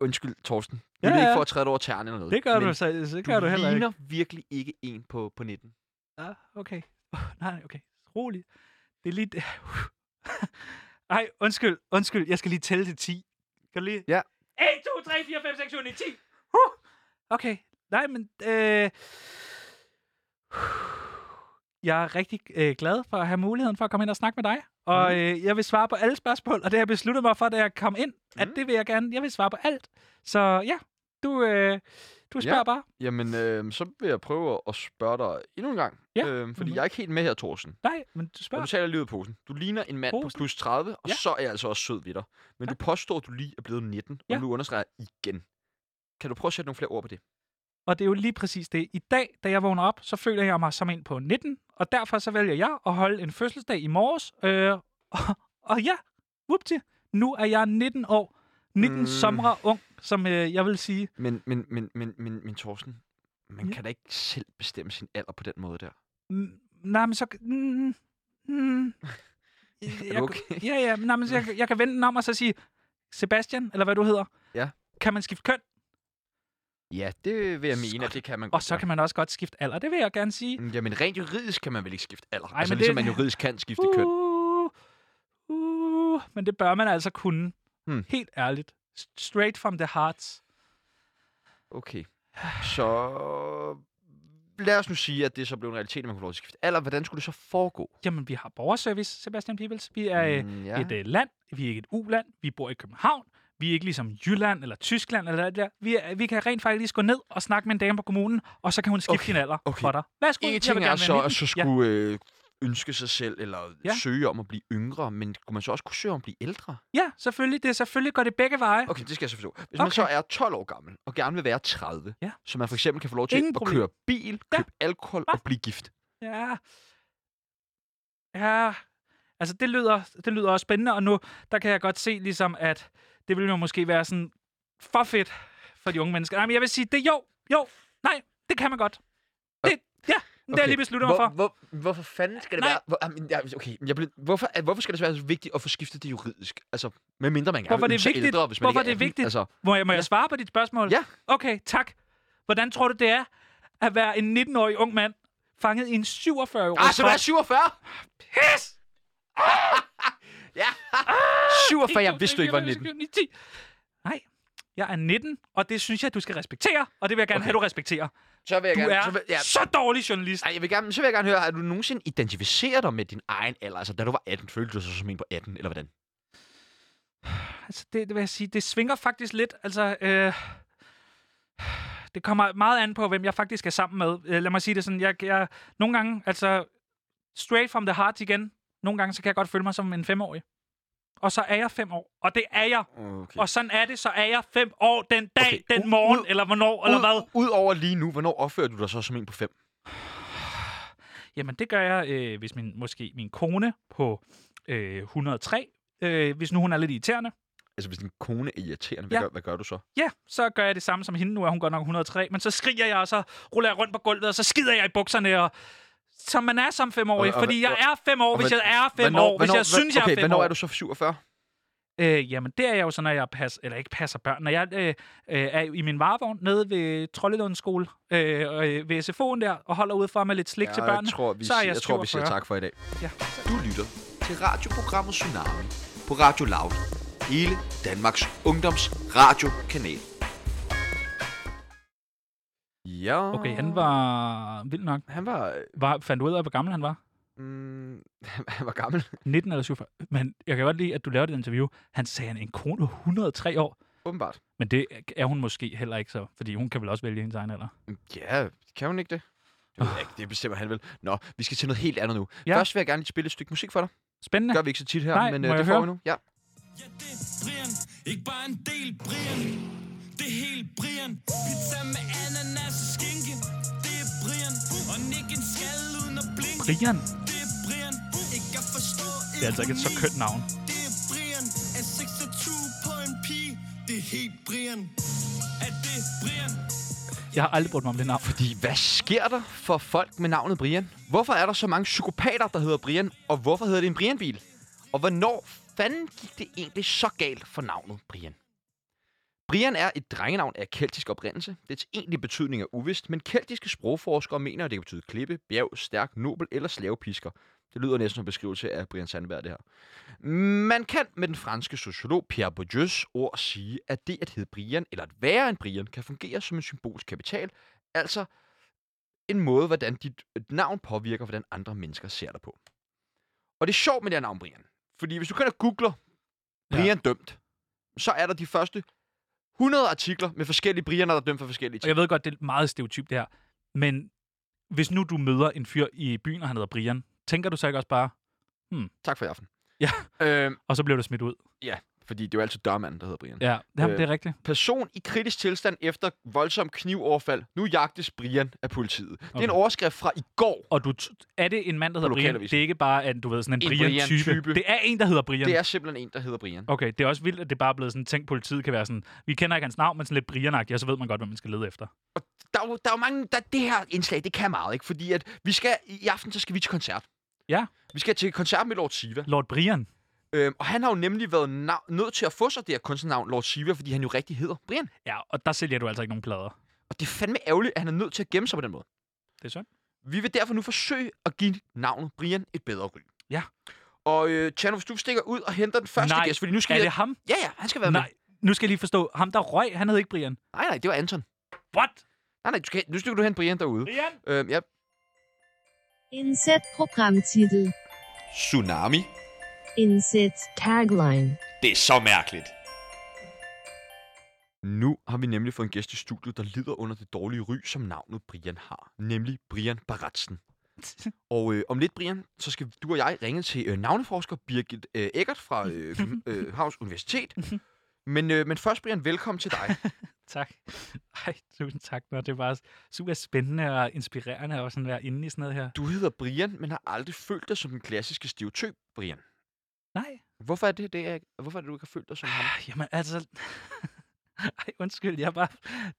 Undskyld, Torsten. Ja, Ja, vil ikke ja. få at træde over tæerne eller noget. Det gør men du, så, så gør du, heller ligner ikke. virkelig ikke en på, på 19. Ja, Ah, okay. Nej, okay. Rolig. Det er lige... det. Ej, undskyld, undskyld. Jeg skal lige tælle til 10. Kan du lige... Ja. 1, 2, 3, 4, 5, 6, 7, 9, 10. Huh. Okay. Nej, men... Øh... Jeg er rigtig øh, glad for at have muligheden for at komme ind og snakke med dig. Og Mhm. øh, jeg vil svare på alle spørgsmål, og det har jeg besluttet mig for, da jeg kom ind, at Mm. det vil jeg gerne. Jeg vil svare på alt. Så ja, du, øh, du Ja. spørger bare. Jamen, øh, så vil jeg prøve at spørge dig endnu en gang. Ja, Øh, fordi Mhm. jeg er ikke helt med her, Torsten. Nej, men du Og spørger. du taler lige ud af posen. Du ligner en mand Posen. på plus 30, og Ja. ja. så er jeg altså også sød ved dig. Men du påstår, at du lige er blevet 19, Ja. og nu understreger jeg igen. Kan du prøve at sætte nogle flere ord på det? Og det er jo lige præcis det. I dag, da jeg vågner op, så føler jeg mig som en på 19, og derfor så vælger jeg at holde en fødselsdag i morges. Øh, og, og ja, whoopty, nu er jeg 19 år. 19 mm. Mm. somre ung, som øh, jeg vil sige. Men, men, men, men, men, men Torsten, man Ja. ja. kan da ikke selv bestemme sin alder på den måde der. Mm, nej, men så... Mm, mm, jeg, okay? Ja, ja, men, nej, men så jeg, jeg kan vende den om og så sige, Sebastian, eller hvad du hedder, Ja. kan man skifte køn? Ja, det vil jeg mene, Skot. at det kan man Og så kan man også godt skifte alder, det vil jeg gerne sige. man... Jamen, rent juridisk kan man vel ikke skifte alder? Ej, Ej, altså, men ligesom det- man juridisk kan skifte uh. køn. Uh, uh, men det bør man altså kunne. Hmm. Hmm. Helt ærligt. Straight from the heart. Okay. Så lad os nu sige, at det så blev en realitet, at man kunne få lov til at skifte alder. Hvordan skulle det så foregå? Jamen, vi har borgerservice, Sebastian Pibels. Vi er mm, Mm, ja. et uh, land. Vi er ikke et uland. Vi bor i København. Vi er ikke ligesom Jylland eller Tyskland eller det der. Vi, er, vi kan rent faktisk gå ned og snakke med en dame på kommunen, og så kan hun skifte Okay, din alder okay. for dig. Værsgo, En jeg ting vil er gerne så, være at så 19. skulle øh, ønske sig selv, eller Ja. ja. søge om at blive yngre, men kunne man så også kunne søge om at blive ældre? Ja, ja, selvfølgelig. Det er selvfølgelig går det begge veje. Okay, det skal jeg så forstå. Hvis Okay. okay. man så er 12 år gammel, og gerne vil være 30, Ja. så man for eksempel kan få lov til Ingen at problem. køre bil, Ja. købe alkohol Hva? og blive gift. Ja. Ja. Altså, det lyder, det lyder også spændende, og nu der kan jeg godt se, ligesom, at det ville jo måske være sådan for fedt for de unge mennesker. Nej, men jeg vil sige, det jo, jo, nej, det kan man godt. Det, ja, okay. det har jeg lige besluttet mig hvor, for. Hvor, hvorfor fanden skal det Nej. være? Hvor, jamen, jeg, okay, jeg blev, hvorfor, at- hvorfor skal det så være så vigtigt at få skiftet det juridisk? Altså, med mindre man gerne Hvorfor vil det er ønske sig vigtigt? ældre, hvis man Hvorfor ikke det er 18. vigtigt? Altså, Må jeg, må jeg Ja. svare på dit spørgsmål? Ja. Okay, tak. Hvordan tror du, det er at være en 19-årig ung mand fanget i en 47-årig ah, så du er 47? Pis! Ja, 1, 47, to, jeg tre, vidste du ikke var fire, fem, 19. seks, syv, otte, ni, ti. Nej, jeg er 19, og det synes jeg, du skal respektere, og det vil jeg gerne okay. Okay. have, du respekterer. Så vil jeg Du gerne... er Så vil, ja, så dårlig journalist. ej, jeg vil gerne, så vil jeg gerne høre, har du nogensinde identificeret dig med din egen alder? Altså, da du var 18, følte du dig så som en på 18, eller hvordan? altså, det, det vil jeg sige, det svinger faktisk lidt. Altså, øh, det kommer meget an på, hvem jeg faktisk er sammen med. Øh, lad mig sige det sådan, jeg, jeg nogle gange, altså, straight from the heart igen, nogle gange, så kan jeg godt føle mig som en femårig. Og så er jeg fem år, og det er jeg. Okay. Og sådan er det, så er jeg fem år den dag, Okay, okay. ud- den morgen, ud- eller hvornår, eller hvad. Udover lige nu, hvornår opfører du dig så som en på 5? Jamen, det gør jeg, øh, hvis min, måske min kone på øh, 103, øh, hvis nu hun er lidt irriterende, Altså, hvis din kone er irriterende, hvad, Ja. gør, hvad gør du så? Ja, så gør jeg det samme som hende. Nu er hun godt nok 103, men så skriger jeg, og så ruller jeg rundt på gulvet, og så skider jeg i bukserne, og som man er som femårig, Og- og- fordi jeg og- er fem år, hvis jeg er fem år, hvis jeg synes, jeg okay, er fem hvornår år. er du så 47? Øh, jamen, det er jeg jo så, når jeg passer, eller ikke passer børn. Når jeg øh, øh, er i min varevogn nede ved Trollelunds skole, øh, og, øh, ved SFO'en der, og holder ude for med lidt slik til børnene, jeg tror, vi, så er siger, jeg, jeg tror, vi siger 47. tak for i dag. Du lytter til radioprogrammet Tsunami på Radio Loud. Hele Danmarks Ungdoms Radiokanal. Ja. Okay, han var vild nok. Han var... øh, Var, fandt du ud af, hvor gammel han var? Mm, han var gammel. 19 eller 47. Men jeg kan godt lide, at du lavede det interview. Han sagde, han er en kone på 103 år. Åbenbart. Men det er hun måske heller ikke så, fordi hun kan vel også vælge hendes egen alder. Ja, kan hun ikke det? Det, ved jeg ikke. det bestemmer han vel. Nå, vi skal til noget helt andet nu. Ja. Ja. Først vil jeg gerne lige spille et stykke musik for dig. Spændende. Gør vi ikke så tit her, Nej, men må øh, jeg det får høre? vi nu. Ja. Ja, det er Brian. Ikke bare en del Brian. Det er helt Brian. Pizza med ananas og skinke. Det er Brian. Og Nick en skal uden at blinke. Brian. Det er Brian. Ikke at forstå Det er altså ikke et så kønt navn. Det er Brian. Er 26 på en pige. Det er helt Brian. Er det Brian? Jeg har aldrig brugt mig om det navn. Fordi hvad sker der for folk med navnet Brian? Hvorfor er der så mange psykopater, der hedder Brian? Og hvorfor hedder det en Brian-bil? Og hvornår fanden gik det egentlig så galt for navnet Brian? Brian er et drengenavn af keltisk oprindelse. Dets egentlige betydning er uvist, men keltiske sprogforskere mener, at det kan betyde klippe, bjerg, stærk, nobel eller slavepisker. Det lyder næsten som en beskrivelse af Brian Sandberg, det her. Man kan med den franske sociolog Pierre Bourdieu's ord sige, at det at hedde Brian, eller at være en Brian, kan fungere som en symbolsk kapital, altså en måde, hvordan dit navn påvirker, hvordan andre mennesker ser dig på. Og det er sjovt med det her navn, Brian. Fordi hvis du kan googler Ja. Brian ja. dømt, så er der de første 100 artikler med forskellige Brianer, der er dømt for forskellige Og ting. jeg ved godt, det er meget stereotypt det her. Men hvis nu du møder en fyr i byen, og han hedder Brian, tænker du så ikke også bare, Tak for i aften. Ja. Øhm, og så bliver du smidt ud? ja, fordi det er jo altid dørmanden, der hedder Brian. Ja, jamen, Øh. det er rigtigt. Person i kritisk tilstand efter voldsom knivoverfald. Nu jagtes Brian af politiet. Okay. Det er Okay. en overskrift fra i går. Og du t- er det en mand, der hedder Brian? lokalavisen. Det er ikke bare at du ved, sådan en, En Brian-type. Brian-type. Det er en, der hedder Brian. Det er simpelthen en, der hedder Brian. Okay, det er også vildt, at det bare er blevet sådan, tænk politiet kan være sådan, vi kender ikke hans navn, men sådan lidt brian og så ved man godt, hvad man skal lede efter. der er jo, der er jo mange... Der, det her indslag, det kan meget, ikke? Fordi at vi skal... I aften, så skal vi til koncert. Ja. Vi skal til koncert med Lord Siva. Lord Brian. Øhm, og han har jo nemlig været nav- nødt til at få sig det her kunstnernavn Lord Siva, fordi han jo rigtig hedder Brian. Ja, og der sælger du altså ikke nogen plader. Og det er fandme ærgerligt, at han er nødt til at gemme sig på den måde. Det er synd. Vi vil derfor nu forsøge at give navnet Brian et bedre ry. Ja. Og øh, Tjerno, hvis du stikker ud og henter den første Nej, gæst, fordi nu skal Er vi... det ham? Ja, ja, han skal være med. Nej, nu skal jeg lige forstå. Ham, der røg, han hed ikke Brian. Nej, nej, det var Anton. What? Nej, nej, du skal, nu skal du hente Brian derude. Brian? Øhm, ja, Inset programtitel. Tsunami. Inset tagline. Det er så mærkeligt. Nu har vi nemlig fået en gæst i studiet, der lider under det dårlige ry, som navnet Brian har. Nemlig Brian Baratsen. Og øh, om lidt, Brian, så skal du og jeg ringe til øh, navneforsker Birgit øh, Eggert fra øh, Køben- øh, Havs Universitet. Men, øh, men først, Brian, velkommen til dig. Tak. Ej, tusind tak. Nå, det var super spændende og inspirerende at sådan være inde i sådan noget her. Du hedder Brian, men har aldrig følt dig som den klassiske stereotyp, Brian. Nej. Hvorfor er det, det er, hvorfor er det du ikke har følt dig som ham? Ah, Jamen, altså... Ej, undskyld, jeg er bare...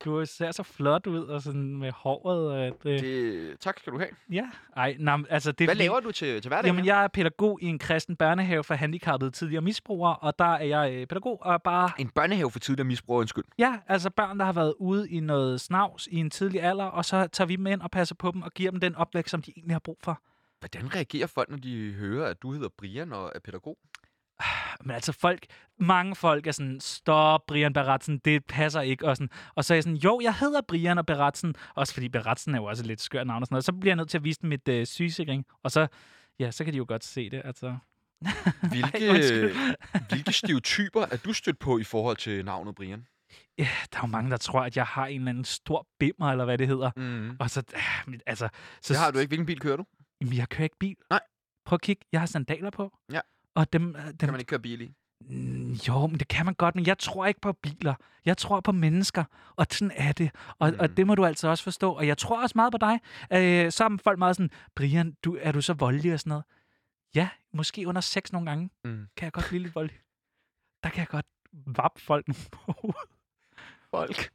Du ser så flot ud og sådan med håret. Og at, øh... Det, tak skal du have. Ja. Ej, nej, altså... Det er Hvad fordi- laver du til, til hverdagen? Jamen, jeg er pædagog i en kristen børnehave for handicappede tidligere misbrugere, og der er jeg øh, pædagog og bare... En børnehave for tidligere misbruger, undskyld. Ja, altså børn, der har været ude i noget snavs i en tidlig alder, og så tager vi dem ind og passer på dem og giver dem den opvækst, som de egentlig har brug for. Hvordan reagerer folk, når de hører, at du hedder Brian og er pædagog? Men altså folk, mange folk er sådan, stop Brian Beretsen, det passer ikke. Og, sådan, og så er jeg sådan, jo, jeg hedder Brian og Beretsen. Også fordi Beretsen er jo også et lidt skørt navn og sådan noget. Så bliver jeg nødt til at vise dem mit øh, sygesikring. Og så, ja, så kan de jo godt se det. Altså, Hvilke, undskyld. hvilke stereotyper er du stødt på i forhold til navnet Brian? ja, der er jo mange, der tror, at jeg har en eller anden stor bimmer, eller hvad det hedder. Mm. Og så, øh, men altså... Så, Det har du ikke. Hvilken bil kører du? Jamen, jeg kører ikke bil. Nej. Prøv at kigge, jeg har sandaler på. Ja. Og dem, øh, dem Kan man ikke køre bil i? Mm, Jo, men det kan man godt, men jeg tror ikke på biler. Jeg tror på mennesker, og sådan er det. Og, mm. og det må du altså også forstå. Og jeg tror også meget på dig. Øh, så er folk meget sådan, Brian, du, er du så voldelig og sådan noget? Ja, måske under sex nogle gange. Mm. Kan jeg godt blive lidt voldelig. Der kan jeg godt vappe folk nogle på hovedet. Folk.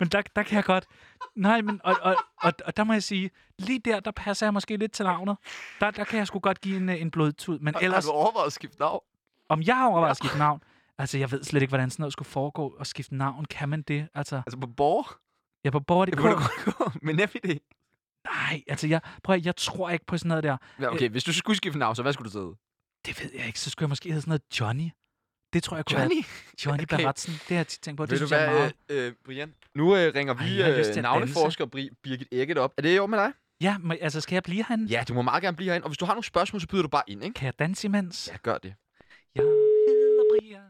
Men der, der kan jeg godt... Nej, men og, og, og, og der må jeg sige, lige der, der passer jeg måske lidt til navnet. Der, der kan jeg sgu godt give en, øh, en blodtud. Men Ellers... Har ellers... du overvejet at skifte navn? Om jeg har overvejet at skifte navn? Altså, jeg ved slet ikke, hvordan sådan noget skulle foregå. At skifte navn, kan man det? Altså, Altså på borg? jeg er på bordet i Det kunne du godt gå med NemID. Nej, altså, jeg, prøv at, jeg tror ikke på sådan noget der. Ja, okay, hvis du skulle skifte navn, så hvad skulle du sidde? Det ved jeg ikke. Så skulle jeg måske hedde sådan noget Johnny. Det tror jeg kunne Johnny? Være. Johnny Okay. okay. Baratsen. Det har jeg tit tænkt på. Det Ved du synes jeg er hvad, meget. øh, øh, Brian? Nu øh, ringer vi jeg har lyst til øh, at navneforsker Bri- Birgit Ægget op. Er det i orden med dig? Ja, men, altså, skal jeg blive herinde? øh? Ja, du må meget gerne blive herinde. Og hvis du har nogle spørgsmål, så byder du bare ind, ikke? Kan jeg danse imens? Ja, gør det. Jeg hedder Brian.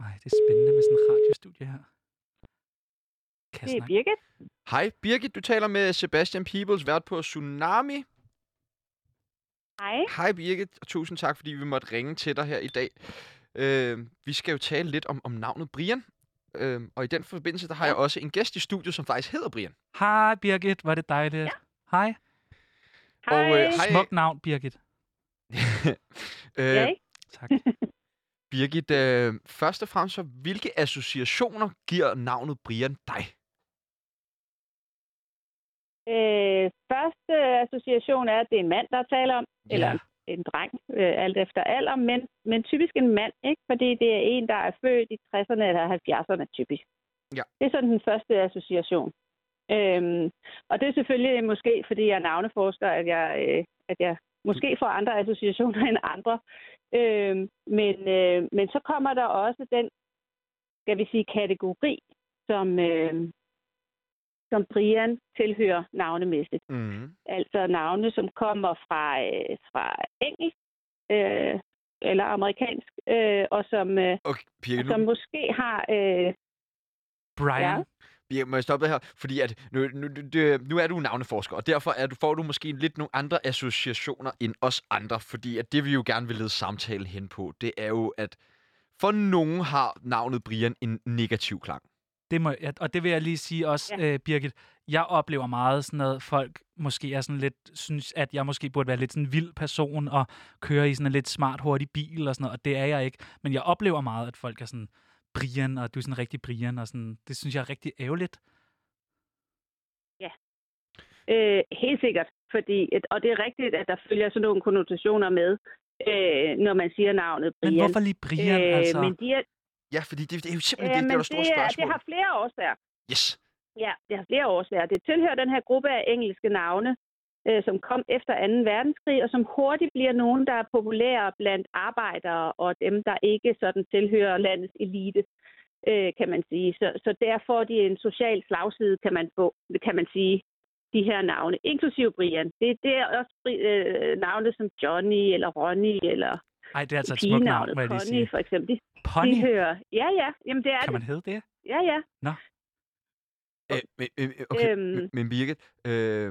Nej, det er spændende med sådan en radiostudie her. Kan jeg Det snakke? er Birgit. Hej Birgit, du taler med Sebastian Peebles, vært på Tsunami. Hej. Hej Birgit, og tusind tak, fordi vi måtte ringe til dig her i dag. Øh, vi skal jo tale lidt om, om navnet Brian. Øh, og i den forbindelse, der har jeg også en gæst i studiet, som faktisk hedder Brian. Hej, Birgit. Hvor er det dejligt. Ja. Hej. Og, øh, Hej. hej. Smukt navn, Birgit. Ja, Øh, ikke? Tak. Birgit, øh, først og fremmest, så, hvilke associationer giver navnet Brian dig? Øh, første association er, at det er en mand, der taler om, Ja. eller en dreng, øh, alt efter alder, men, men typisk en mand, ikke? fordi det er en, der er født i 60'erne eller 70'erne typisk. Ja. Det er sådan den første association. Øhm, og det er selvfølgelig måske, fordi jeg er navneforsker, at jeg, øh, at jeg måske får andre associationer end andre. Øhm, men, øh, men så kommer der også den, skal vi sige, kategori, som, øh, som Brian tilhører navnemæssigt. Mm. Altså navne, som kommer fra, øh, fra engelsk øh, eller amerikansk, øh, og som, øh, Okay, Birgit, som nu, måske har... Øh, Brian. Ja. Birgit, må jeg stoppe dig her? Fordi at nu, nu, nu- det- nu er du navneforsker, og derfor er du, får du måske lidt nogle andre associationer end os andre. Fordi at det, vi jo gerne vil lede samtalen hen på, det er jo, at for nogen har navnet Brian en negativ klang. Det må, ja, og det vil jeg lige sige også, ja. øh, Birgit. Jeg oplever meget sådan noget, folk måske er sådan lidt, synes, at jeg måske burde være lidt sådan en vild person og køre i sådan en lidt smart, hurtig bil og sådan noget, og det er jeg ikke. Men jeg oplever meget, at folk er sådan, Brian, og du er sådan rigtig Brian, og sådan, det synes jeg er rigtig ærgerligt. Øh, helt sikkert, fordi, et- og det er rigtigt, at der følger sådan nogle konnotationer med, øh, når man siger navnet Men Brian. hvorfor lige Brian, øh, altså? men de er, Ja, fordi det, det er jo øh, simpelthen det, men det, er det, det store er, spørgsmål. det har flere årsager. Yes. Ja, det har flere årsager. Det tilhører den her gruppe af engelske navne, øh, som kom efter 2. verdenskrig, og som hurtigt bliver nogen, der er populære blandt arbejdere og dem, der ikke sådan tilhører landets elite, øh, kan man sige. Så, så der får de en social slagside, kan man, få, kan man sige, de her navne, inklusive Brian. Det, det er også Bri- øh, navne som Johnny eller Ronny eller Ej, det er altså et smukt navn, pigenavnet må jeg lige Connie sige. for eksempel. De, Pony, de hører, ja, ja, jamen det er kan det. man hedde det? Ja, ja. Øh, men, øh, øh, okay, øhm. Øhm. men Birgit, øh,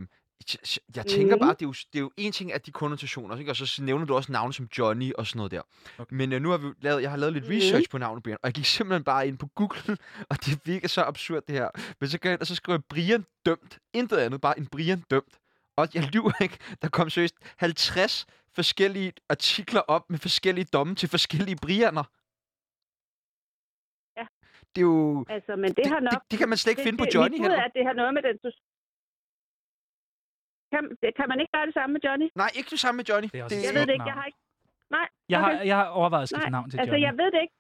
t- t- jeg tænker Mhm. bare, det er, jo, det er jo en ting, at de konnotationer, ikke? og så s- nævner du også navne som Johnny og sådan noget der. Okay. Okay. Men øh, nu har vi jo lavet, jeg har lavet lidt Mhm. research på navnet Brian, og jeg gik simpelthen bare ind på Google, og det virker så absurd det her. Men så går jeg ind, og så skriver jeg Brian dømt. Intet andet, bare en Brian dømt. Og jeg lyver ikke, der kom seriøst 50 forskellige artikler op med forskellige domme til forskellige Brianer. Ja. Det er jo... Altså, men det, har nok... det, det kan man slet ikke det, finde på det, Johnny mit bud heller. er, at det har noget med den... soc- Kan, det, kan man ikke gøre det samme med Johnny? Nej, ikke det samme med Johnny. Det er også Jeg et ved smukt det ikke. Jeg navn. har ikke... Jeg har, Okay. jeg har overvejet at skifte Nej, navn til Altså, Johnny. jeg ved det ikke.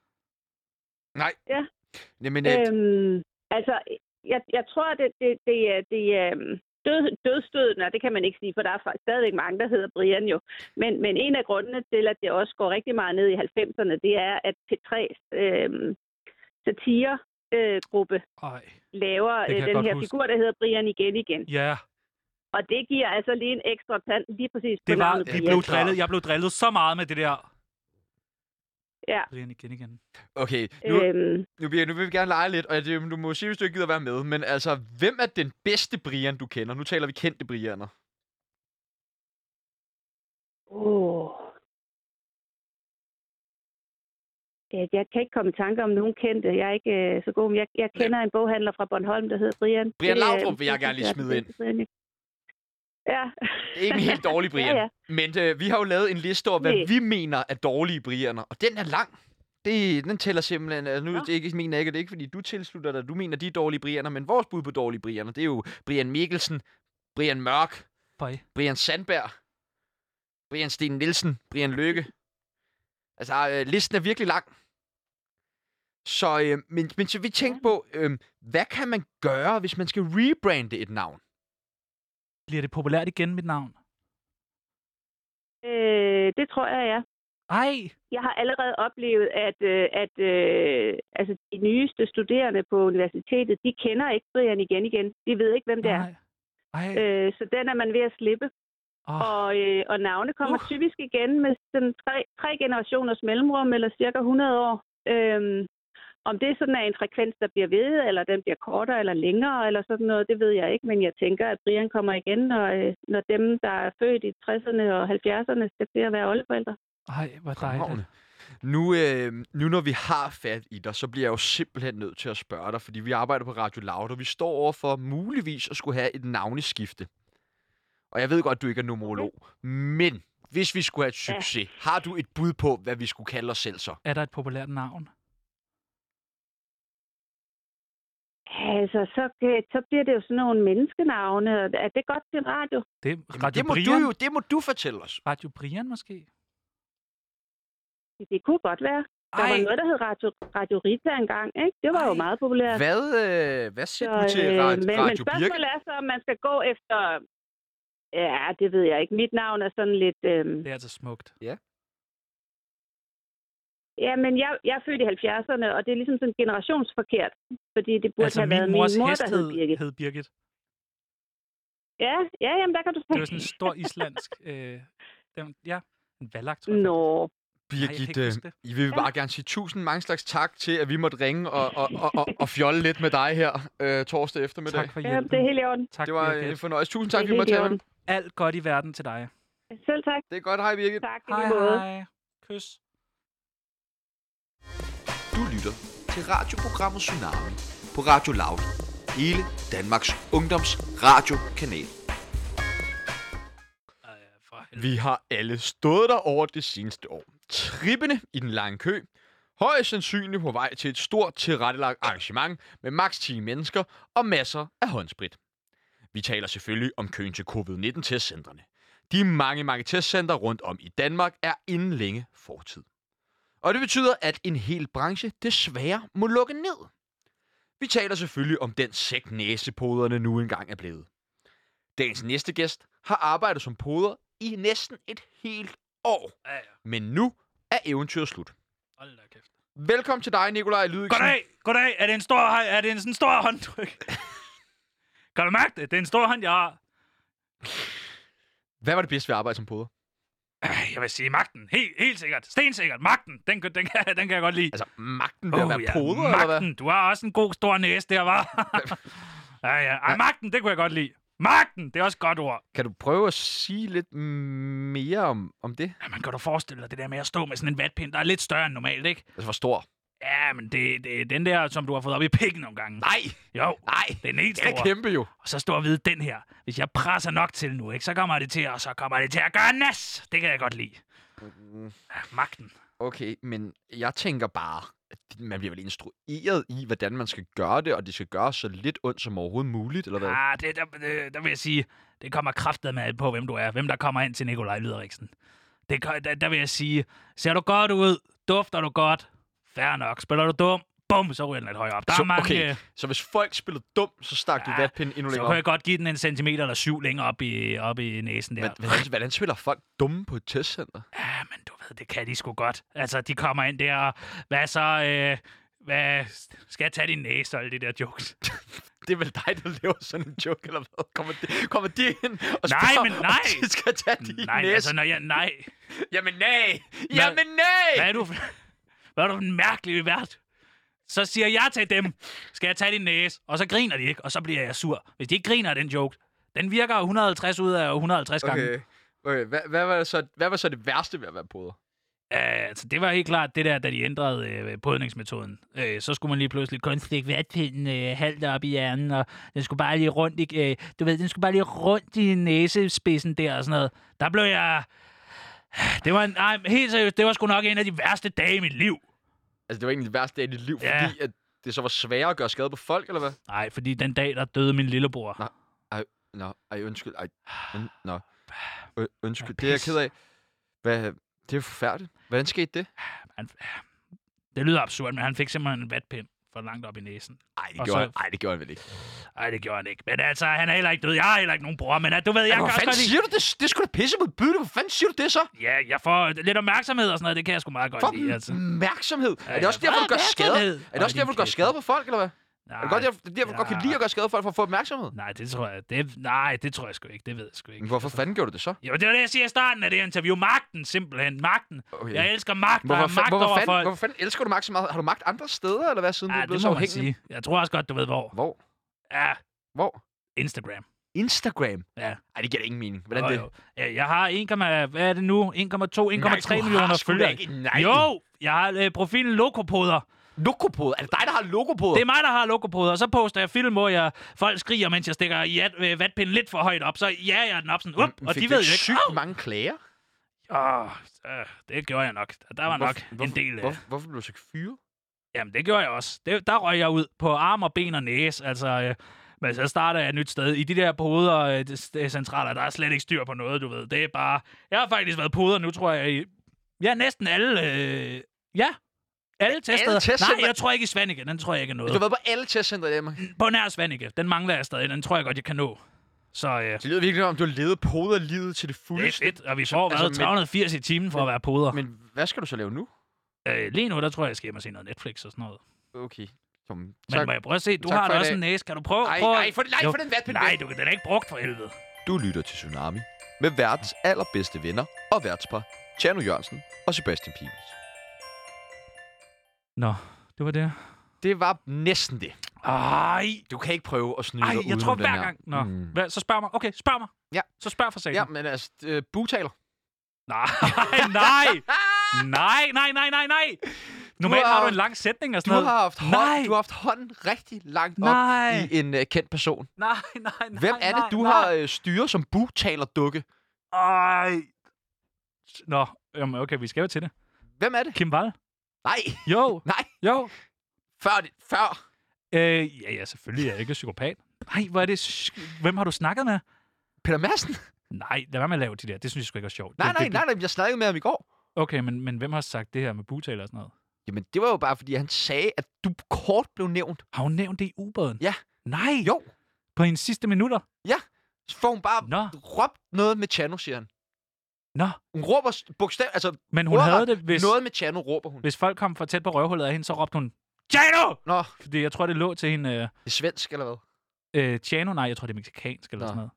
Jamen, øh, Øhm, altså, jeg, jeg tror, det, det, det, er- det, øhm, død, dødstød, nej, det kan man ikke sige, for der er fa- stadigvæk mange, der hedder Brian jo. Men, men en af grundene til, at det også går rigtig meget ned i 90'erne, det er, at P3's øh, satiregruppe Ej. laver Det kan jeg øh, den godt her huske. figur, der hedder Brian igen igen. Ja, Og det giver altså lige en ekstra tand lige præcis på det var, navnet vi Brian. blev drillet, jeg blev drillet så meget med det der. Ja. Brian igen igen. Okay, nu, Øhm, nu, bliver, nu vil vi gerne lege lidt, og det, du må sige, hvis du ikke gider være med, men altså, hvem er den bedste Brian, du kender? Nu taler vi kendte Brianer. Åh. Ja, jeg kan ikke komme i tanke om nogen kendte. Jeg er ikke øh, så god, men jeg, jeg kender en boghandler fra Bornholm, der hedder Brian. Brian Det, øh, Laudrup vil jeg det gerne lige synes smide er den bedste Brian, jeg- Ja. Det er ikke en helt dårlig Brian. Ja, ja. Men øh, vi har jo lavet en liste over, hvad Næ. vi mener er dårlige Brianer, og den er lang. Det, den tæller simpelthen, altså nu Nå. det er ikke, mener jeg ikke, at det er ikke, fordi du tilslutter dig, du mener de er dårlige Brianer, men vores bud på dårlige Brianer, det er jo Brian Mikkelsen, Brian Mørk, Bye. Brian Sandberg, Brian Sten Nielsen, Brian Lykke. Altså, øh, listen er virkelig lang. Så, øh, men, men så vi tænkte på, øh, hvad kan man gøre, hvis man skal rebrande et navn? Bliver det populært igen, mit navn? Øh, det tror jeg, ja. Ej, Jeg har allerede oplevet, at, øh, at øh, altså, de nyeste studerende på universitetet, de kender ikke Brian igen igen. De ved ikke, hvem det er. nej. Ej, Øh, så den er man ved at slippe. åh, Og, øh, og navne kommer Uh. uh. typisk igen med sådan tre, tre generationers mellemrum, eller cirka 100 år. Øhm, om det sådan er en frekvens, der bliver ved, eller den bliver kortere eller længere, eller sådan noget, det ved jeg ikke. Men jeg tænker, at Brian kommer igen, når, øh, når dem, der er født i 60'erne og 70'erne, skal til at være oldeforældre. ej, hvor Fremragende. dejligt. Nu, øh, nu når vi har fat i dig, så bliver jeg jo simpelthen nødt til at spørge dig, fordi vi arbejder på Radio Loud, og vi står over for muligvis at skulle have et navneskifte. Og jeg ved godt, du ikke er numerolog, men hvis vi skulle have et Ja. succes, har du et bud på, hvad vi skulle kalde os selv så? Er der et populært navn? Altså, så, øh, så bliver det jo sådan nogle menneskenavne. og Er det godt til radio? Det er Jamen, Radio det, må Brian. du jo, det må du fortælle os. Radio Brian måske? Det kunne godt være. Der var noget, der hed Radio, radio Rita engang, ikke? Det var jo Ej. meget populært. Hvad, øh, hvad siger Så, du til øh, rad- men, men Radio Birk? spørgsmålet er så, om man skal gå efter... Ja, det ved jeg ikke. Mit navn er sådan lidt... Øhm, Det er altså smukt. ja, men jeg, jeg er født i 70'erne, og det er ligesom sådan generationsforkert. Fordi det burde altså, have min været mors min mor, hest der hed Birgit. hed Birgit. Ja, ja, jamen der kan du Det var sådan en stor islandsk... Øh, den, ja, en valak, tror jeg. Nå, jeg kan Birgit, ikke øh, huske det. I vil bare gerne sige tusind mange slags tak til, at vi måtte ringe og, og, og, og, og fjolle lidt med dig her øh, torsdag eftermiddag. Tak for ja, hjælpen. det er helt i orden. Tak, Det var øh, en Birgit. fornøjelse. Tusind Det tak, er vi måtte helt i tale med orden. Alt godt i verden til dig. Selv tak. Det er godt. Hej, Birgit. Tak i Hej, lige måde. hej. Kys. Du lytter til radioprogrammet Tsunami på Radio Loud. Hele Danmarks Ungdoms Radiokanal. Ej, for helvede. Vi har alle stået der over det seneste år. Trippende i den lange kø. Højst sandsynligt på vej til et stort tilrettelagt arrangement med maks 10 mennesker og masser af håndsprit. Vi taler selvfølgelig om køen til covid-19-testcentrene. De mange, mange testcenter rundt om i Danmark er inden længe fortid. Og det betyder, at en hel branche desværre må lukke ned. Vi taler selvfølgelig om den sæk næsepoderne nu engang er blevet. Dagens næste gæst har arbejdet som poder i næsten et helt år. Ja, ja. Men nu er eventyret slut. Hold da kæft. Velkommen til dig, Nikolaj Lydiksen. Goddag, goddag. Er det en stor, hej- er det en sådan stor håndtryk? kan du mærke det? Det er en stor hånd, jeg har. Hvad var det bedste ved at arbejde som poder? Ej, Øh, Jeg vil sige magten. Helt, helt sikkert. Stensikkert. Magten. Den, kan- den, kan, den kan jeg godt lide. Altså, magten ved at være ja, poder, magten. eller hvad? Du har også en god stor næse der, var. ja, ja. Ej, magten, det kunne jeg godt lide. Magten, det er også et godt ord. Kan du prøve at sige lidt mere om, om det? Ja, man kan du forestille dig det der med at stå med sådan en vatpind, der er lidt større end normalt, ikke? Altså, hvor stor? Ja, men det, det er den der, som du har fået op i pikken nogle gange. Nej, Jo, nej. det er en helt Det er stor. kæmpe jo. Og så står jeg ved den her. Hvis jeg presser nok til nu, ikke, så kommer det til, og så kommer det til at gøre nas. Det kan jeg godt lide. Mm. Ja, magten. Okay, men jeg tænker bare, at man bliver vel instrueret i, hvordan man skal gøre det, og det skal gøres så lidt ondt som overhovedet muligt, eller hvad? Ah, det, der, det, der vil jeg sige, det kommer kraftet med på, hvem du er. Hvem der kommer ind til Nikolaj Lyderiksen. Det, ko- der, der vil jeg sige, ser du godt ud? Dufter du godt? Fair nok. Spiller du dum? bum, så ryger den lidt højere op. Der så, er mange, okay, øh, så hvis folk spillede dum, så stak du Ja, vatpinden endnu så længere kan op. jeg godt give den en centimeter eller syv længere op i, op i næsen der. Men hvordan, hvordan spiller folk dumme på et testcenter? Ja, men du ved, det kan de sgu godt. Altså, de kommer ind der og, hvad så, øh, hvad, skal jeg tage din næse og alle de der jokes? Det er vel dig, der laver sådan en joke, eller hvad? Kommer de, kommer de ind og Nej, spørger, men om nej! de skal tage din nej, næse? altså, når jeg, nej. Jamen nej! Jamen nej! Hvad er du, for- hvad er du for en mærkelig vært? Så siger jeg til dem, skal jeg tage din næse? Og så griner de ikke, og så bliver jeg sur. Hvis de ikke griner af den joke, den virker 150 ud af 150 gange. Okay. okay. Hvad, hvad, var så, hvad var så det værste ved at være poder? Uh, altså, det var helt klart det der, da de ændrede øh, podningsmetoden. Øh, så skulle man lige pludselig kun stikke vatpinden øh, halvt op i hjernen, og den skulle bare lige rundt i, øh, du ved, den skulle bare lige rundt i næsespidsen der og sådan noget. Der blev jeg... Det var en, nej, helt seriøst, det var sgu nok en af de værste dage i mit liv. Altså, det var egentlig det værste dag i dit liv, Ja. fordi at det så var sværere at gøre skade på folk, eller hvad? Nej, fordi den dag, der døde min lillebror. Nå, Nå, ej, undskyld. Ej, und, nå. Ø- undskyld, Ja, det er jeg pis. ked af. Hvad, det er jo forfærdeligt. Hvordan skete det? Han, det lyder absurd, men han fik simpelthen en vatpind for langt op i næsen. Nej, det, Og gjorde så- han- ej, det gjorde han vel ikke. Nej, det gjorde han ikke. Men altså, han er heller ikke død. Jeg har heller ikke nogen bror, men at, du ved, jeg Jeg kan Hvor også fanden godt lide... siger du det? Det skulle sgu da pisse mod bytte. Hvor fanden siger du det så? Ja, jeg får lidt opmærksomhed og sådan noget. Det kan jeg sgu meget godt For lide, altså. opmærksomhed. Ja, Er det også ja. derfor, du gør Hvad er skade? opmærksomhed? Er det også Hold derfor, du din gør skade på folk, eller hvad? Nej, Er det godt, derfor- det er derfor, du godt kan ja. lide at gøre skade på folk for at få opmærksomhed? nej, det tror jeg. Det, nej, det tror jeg sgu ikke. Det ved jeg sgu Men ikke. hvorfor fanden gjorde du det så? Jo, det var det, jeg siger i starten af det interview. Magten, simpelthen. Magten. Okay. Jeg elsker magt. Der Hvorfor, er fa- magt hvorfor, over fanden, folk. hvorfor fanden elsker du magt så meget? Har du magt andre steder, eller hvad, siden du Ja, er blevet det så må man afhængig? sige. Jeg tror også godt, du ved, hvor. Hvor? Ja, Hvor? Instagram. Instagram? Ja. Ej, det giver da ingen mening. Hvordan Jo, det? jo. Ja, Jeg har 1, hvad er det nu? 1,2, 1,3 Nej, du har millioner sgu da følgere. ikke- nej. Jo, jeg har øh, profilen Lokopoder. Lokopoder? Er det dig, der har lokopoder? Det er mig, der har lokopoder, og så poster jeg film, hvor jeg, folk skriger, mens jeg stikker jat, øh, vatpinden lidt for højt op. Så jager jeg den op sådan, up, og de ved jo ikke. sygt Au! mange klager. Åh, øh, det gjorde jeg nok. Der var nok en del af Hvorfor, hvorfor blev du så ikke fyret? Jamen, det gjorde jeg også. Det, der røg jeg ud på arm og ben og næse. Altså, øh, men så starter jeg et nyt sted. I de der poder øh, det- det centraler, der er slet ikke styr på noget, du ved. Det er bare... Jeg har faktisk været poder nu, tror jeg. I... Ja, næsten alle... Øh... Ja, alle teststeder. testcentre? Nej, jeg tror ikke i Svanike. Den tror jeg ikke er Altså, Du noget. har været på alle testcentre i Danmark. På nær Svanike. Den mangler jeg stadig. Den tror jeg godt, jeg kan nå. Så øh, det Det lyder virkelig om, du har levet poderlivet til det er fuldeste. fedt, og vi får altså, været men- 380 i timen for at være poder. Men hvad skal du så lave nu? Øh, lige nu, der tror jeg, jeg skal hjem og se noget Netflix og sådan noget. Okay. Kom, Men tak. må jeg prøve at se? Du tak har for da i også dag. en næse. Kan du prøve? Ej, prøv at- ej, for, nej, Jo. for den vatpind Nej, væk. du, den er ikke brugt for helvede. Du lytter til Tsunami med verdens allerbedste venner og værtspar, Tjerno Jørgensen og Sebastian Pibels. Nå, det var det. Det var næsten det. Ej, Du kan ikke prøve at snyde ej dig jeg udenom tror den hver her. gang. Nå, Mm. mm. hvad, så spørg mig. Okay, spørg mig. Ja. Så spørg for sagen. Ja, men altså, øh, bugtaler. Nej, nej. nej, nej, nej, nej, nej. Normalt har- har du en lang sætning og Du sådan noget. har, haft nej, hånd, du har haft hånden rigtig langt op nej, i en øh, kendt person. nej, nej, nej, Hvem er det, nej, du nej. har øh, styret som bugtalerdukke? Ej. Nå, jamen, okay, vi skal jo til det. Hvem er det? Kim Wall. Nej, Jo, nej. jo. Før det. Før. Øh, ja, ja, selvfølgelig er jeg ikke psykopat. Nej, hvor er det... sk- Hvem har du snakket med? Peter Madsen? Nej, lad være med at lave de der. Det synes jeg sgu ikke er sjovt. Nej, det, nej, det, nej, nej. Jeg snakkede med ham i går. Okay, men, men hvem har sagt det her med butaler og sådan noget? Jamen, det var jo bare, fordi han sagde, at du kort blev nævnt. Har hun nævnt det i ubåden? Ja. Nej, jo. Jo, på hendes sidste minutter? så får hun bare Nå, råbt noget med Chano, siger han. nå. Hun råber s- bogstav, altså Men hun Ordret. havde det, hvis, noget med Chano råber hun. hvis folk kom for tæt på røvhullet af hende, så råbte hun, Tjano! Nå, Fordi jeg tror, det lå til hende, øh, det er svensk eller hvad? øh, Tjano, nej, jeg tror, det er mexikansk eller Nå. sådan noget.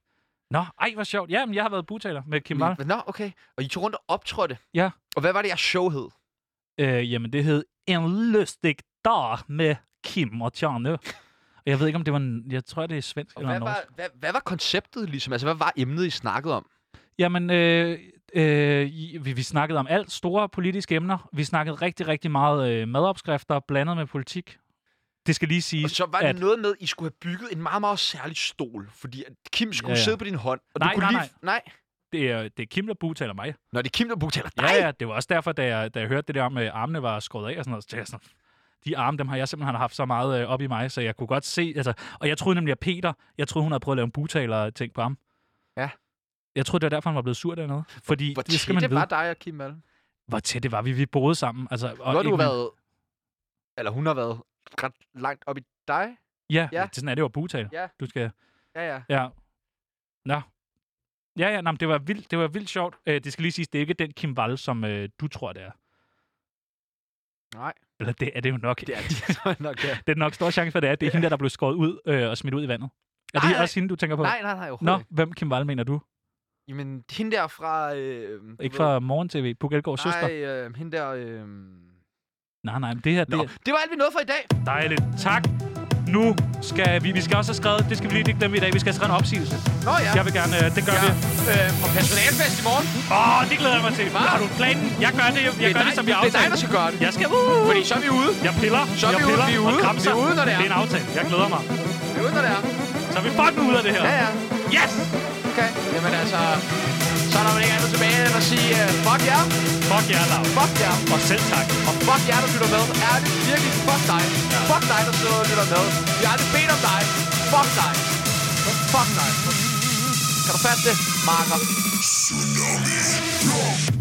Nå, ej, hvor sjovt. Jamen, jeg har været butaler med Kim Wall. Men, nå, okay. Og I tog rundt og optrådte. Ja. Og hvad var det, jeres show hed? Øh, jamen, det hed En lystig dag med Kim og Tjano. Og jeg ved ikke, om det var... en- Jeg tror, det er svensk Og eller hvad norsk. var, hvad, hvad var konceptet ligesom? Altså, hvad var emnet, I snakkede om? Jamen, øh, øh, i- vi, vi snakkede om alt. Store politiske emner. Vi snakkede rigtig, rigtig meget øh, madopskrifter blandet med politik. Det skal lige sige, Og så var at... det noget med, at I skulle have bygget en meget, meget særlig stol. Fordi at Kim skulle Ja, ja. sidde på din hånd. Og du Nej, kunne nej, lige... nej. Nej. Det er, det er Kim, der butaler mig. Når det er Kim, der bugtaler dig. Ja, ja, det var også derfor, da jeg, da jeg hørte det der om, at armene var skåret af og sådan noget. Så tænkte jeg sådan, de arme, dem har jeg simpelthen haft så meget øh, op i mig, så jeg kunne godt se... Altså, og jeg troede nemlig, at Peter, jeg troede, hun havde prøvet at lave en butaler-ting på ham. Ja. Jeg troede, det var derfor, han var blevet sur dernede. Fordi Hvor det skal man tæt vide, var dig og Kim Malm? hvor tæt det var. Vi, vi boede sammen. Altså, og Nu har du ikke- været... Eller hun har været ret langt op i dig. Ja, Ja. ja. sådan er det jo at bugtale. Ja. Du skal... Ja, ja. Ja. Nå. Ja, ja, nej, det var vildt, det var vildt sjovt. Øh, det skal lige siges, det er ikke den Kim Wall, som øh, du tror, det er. Nej. Eller det er det jo nok. Det er det tror jeg nok, ja. det er nok stor chance for, at det er. Det er hende, der, der blev skåret ud øh, og smidt ud i vandet. Er Nej, det nej. også hende, du tænker på? Nej, nej, nej, overhovedet Nå, ikke. hvem Kim Wall mener du? Jamen, hende der fra... Øh, du Ikke ved- fra Morgen-TV? Puk Elgårds søster? Nej, øh, hende der... Øh... Nej, nej, men det her, det Nå, er det var alt, vi nåede for i dag. dejligt. Tak. Nu skal vi, vi skal også have skrevet, det skal vi lige ikke dem i dag, vi skal have skrevet en opsigelse. Nå ja. Jeg vil gerne, øh, det gør Ja. vi. Øh, og personalfest i morgen. Åh, oh, det glæder jeg mig til. Hvad har du planen? Jeg gør det, jeg er gør dig- det, som det jeg er dig, aftalte. der skal gøre det. Jeg skal ud. Fordi så er vi ude. Jeg piller, Så er jeg vi ude, piller vi er og ude, kramser. vi er ude, når det er. det er en aftale. Jeg glæder mig. Vi er ude, når det er. Så er vi fucking ude af det her. Ja, ja. Yes! Okay. Jamen altså, så er der vel ikke andet tilbage end at sige, øh, fuck jer, Fuck jer, Lav. fuck jer, Og selv tak. og fuck jer, der lytter med. Ærligt, virkelig, fuck dig. Fuck dig, der sidder og lytter med. Vi har aldrig bedt om dig. Fuck dig. Fuck dig. Kan du fatte det, Marker?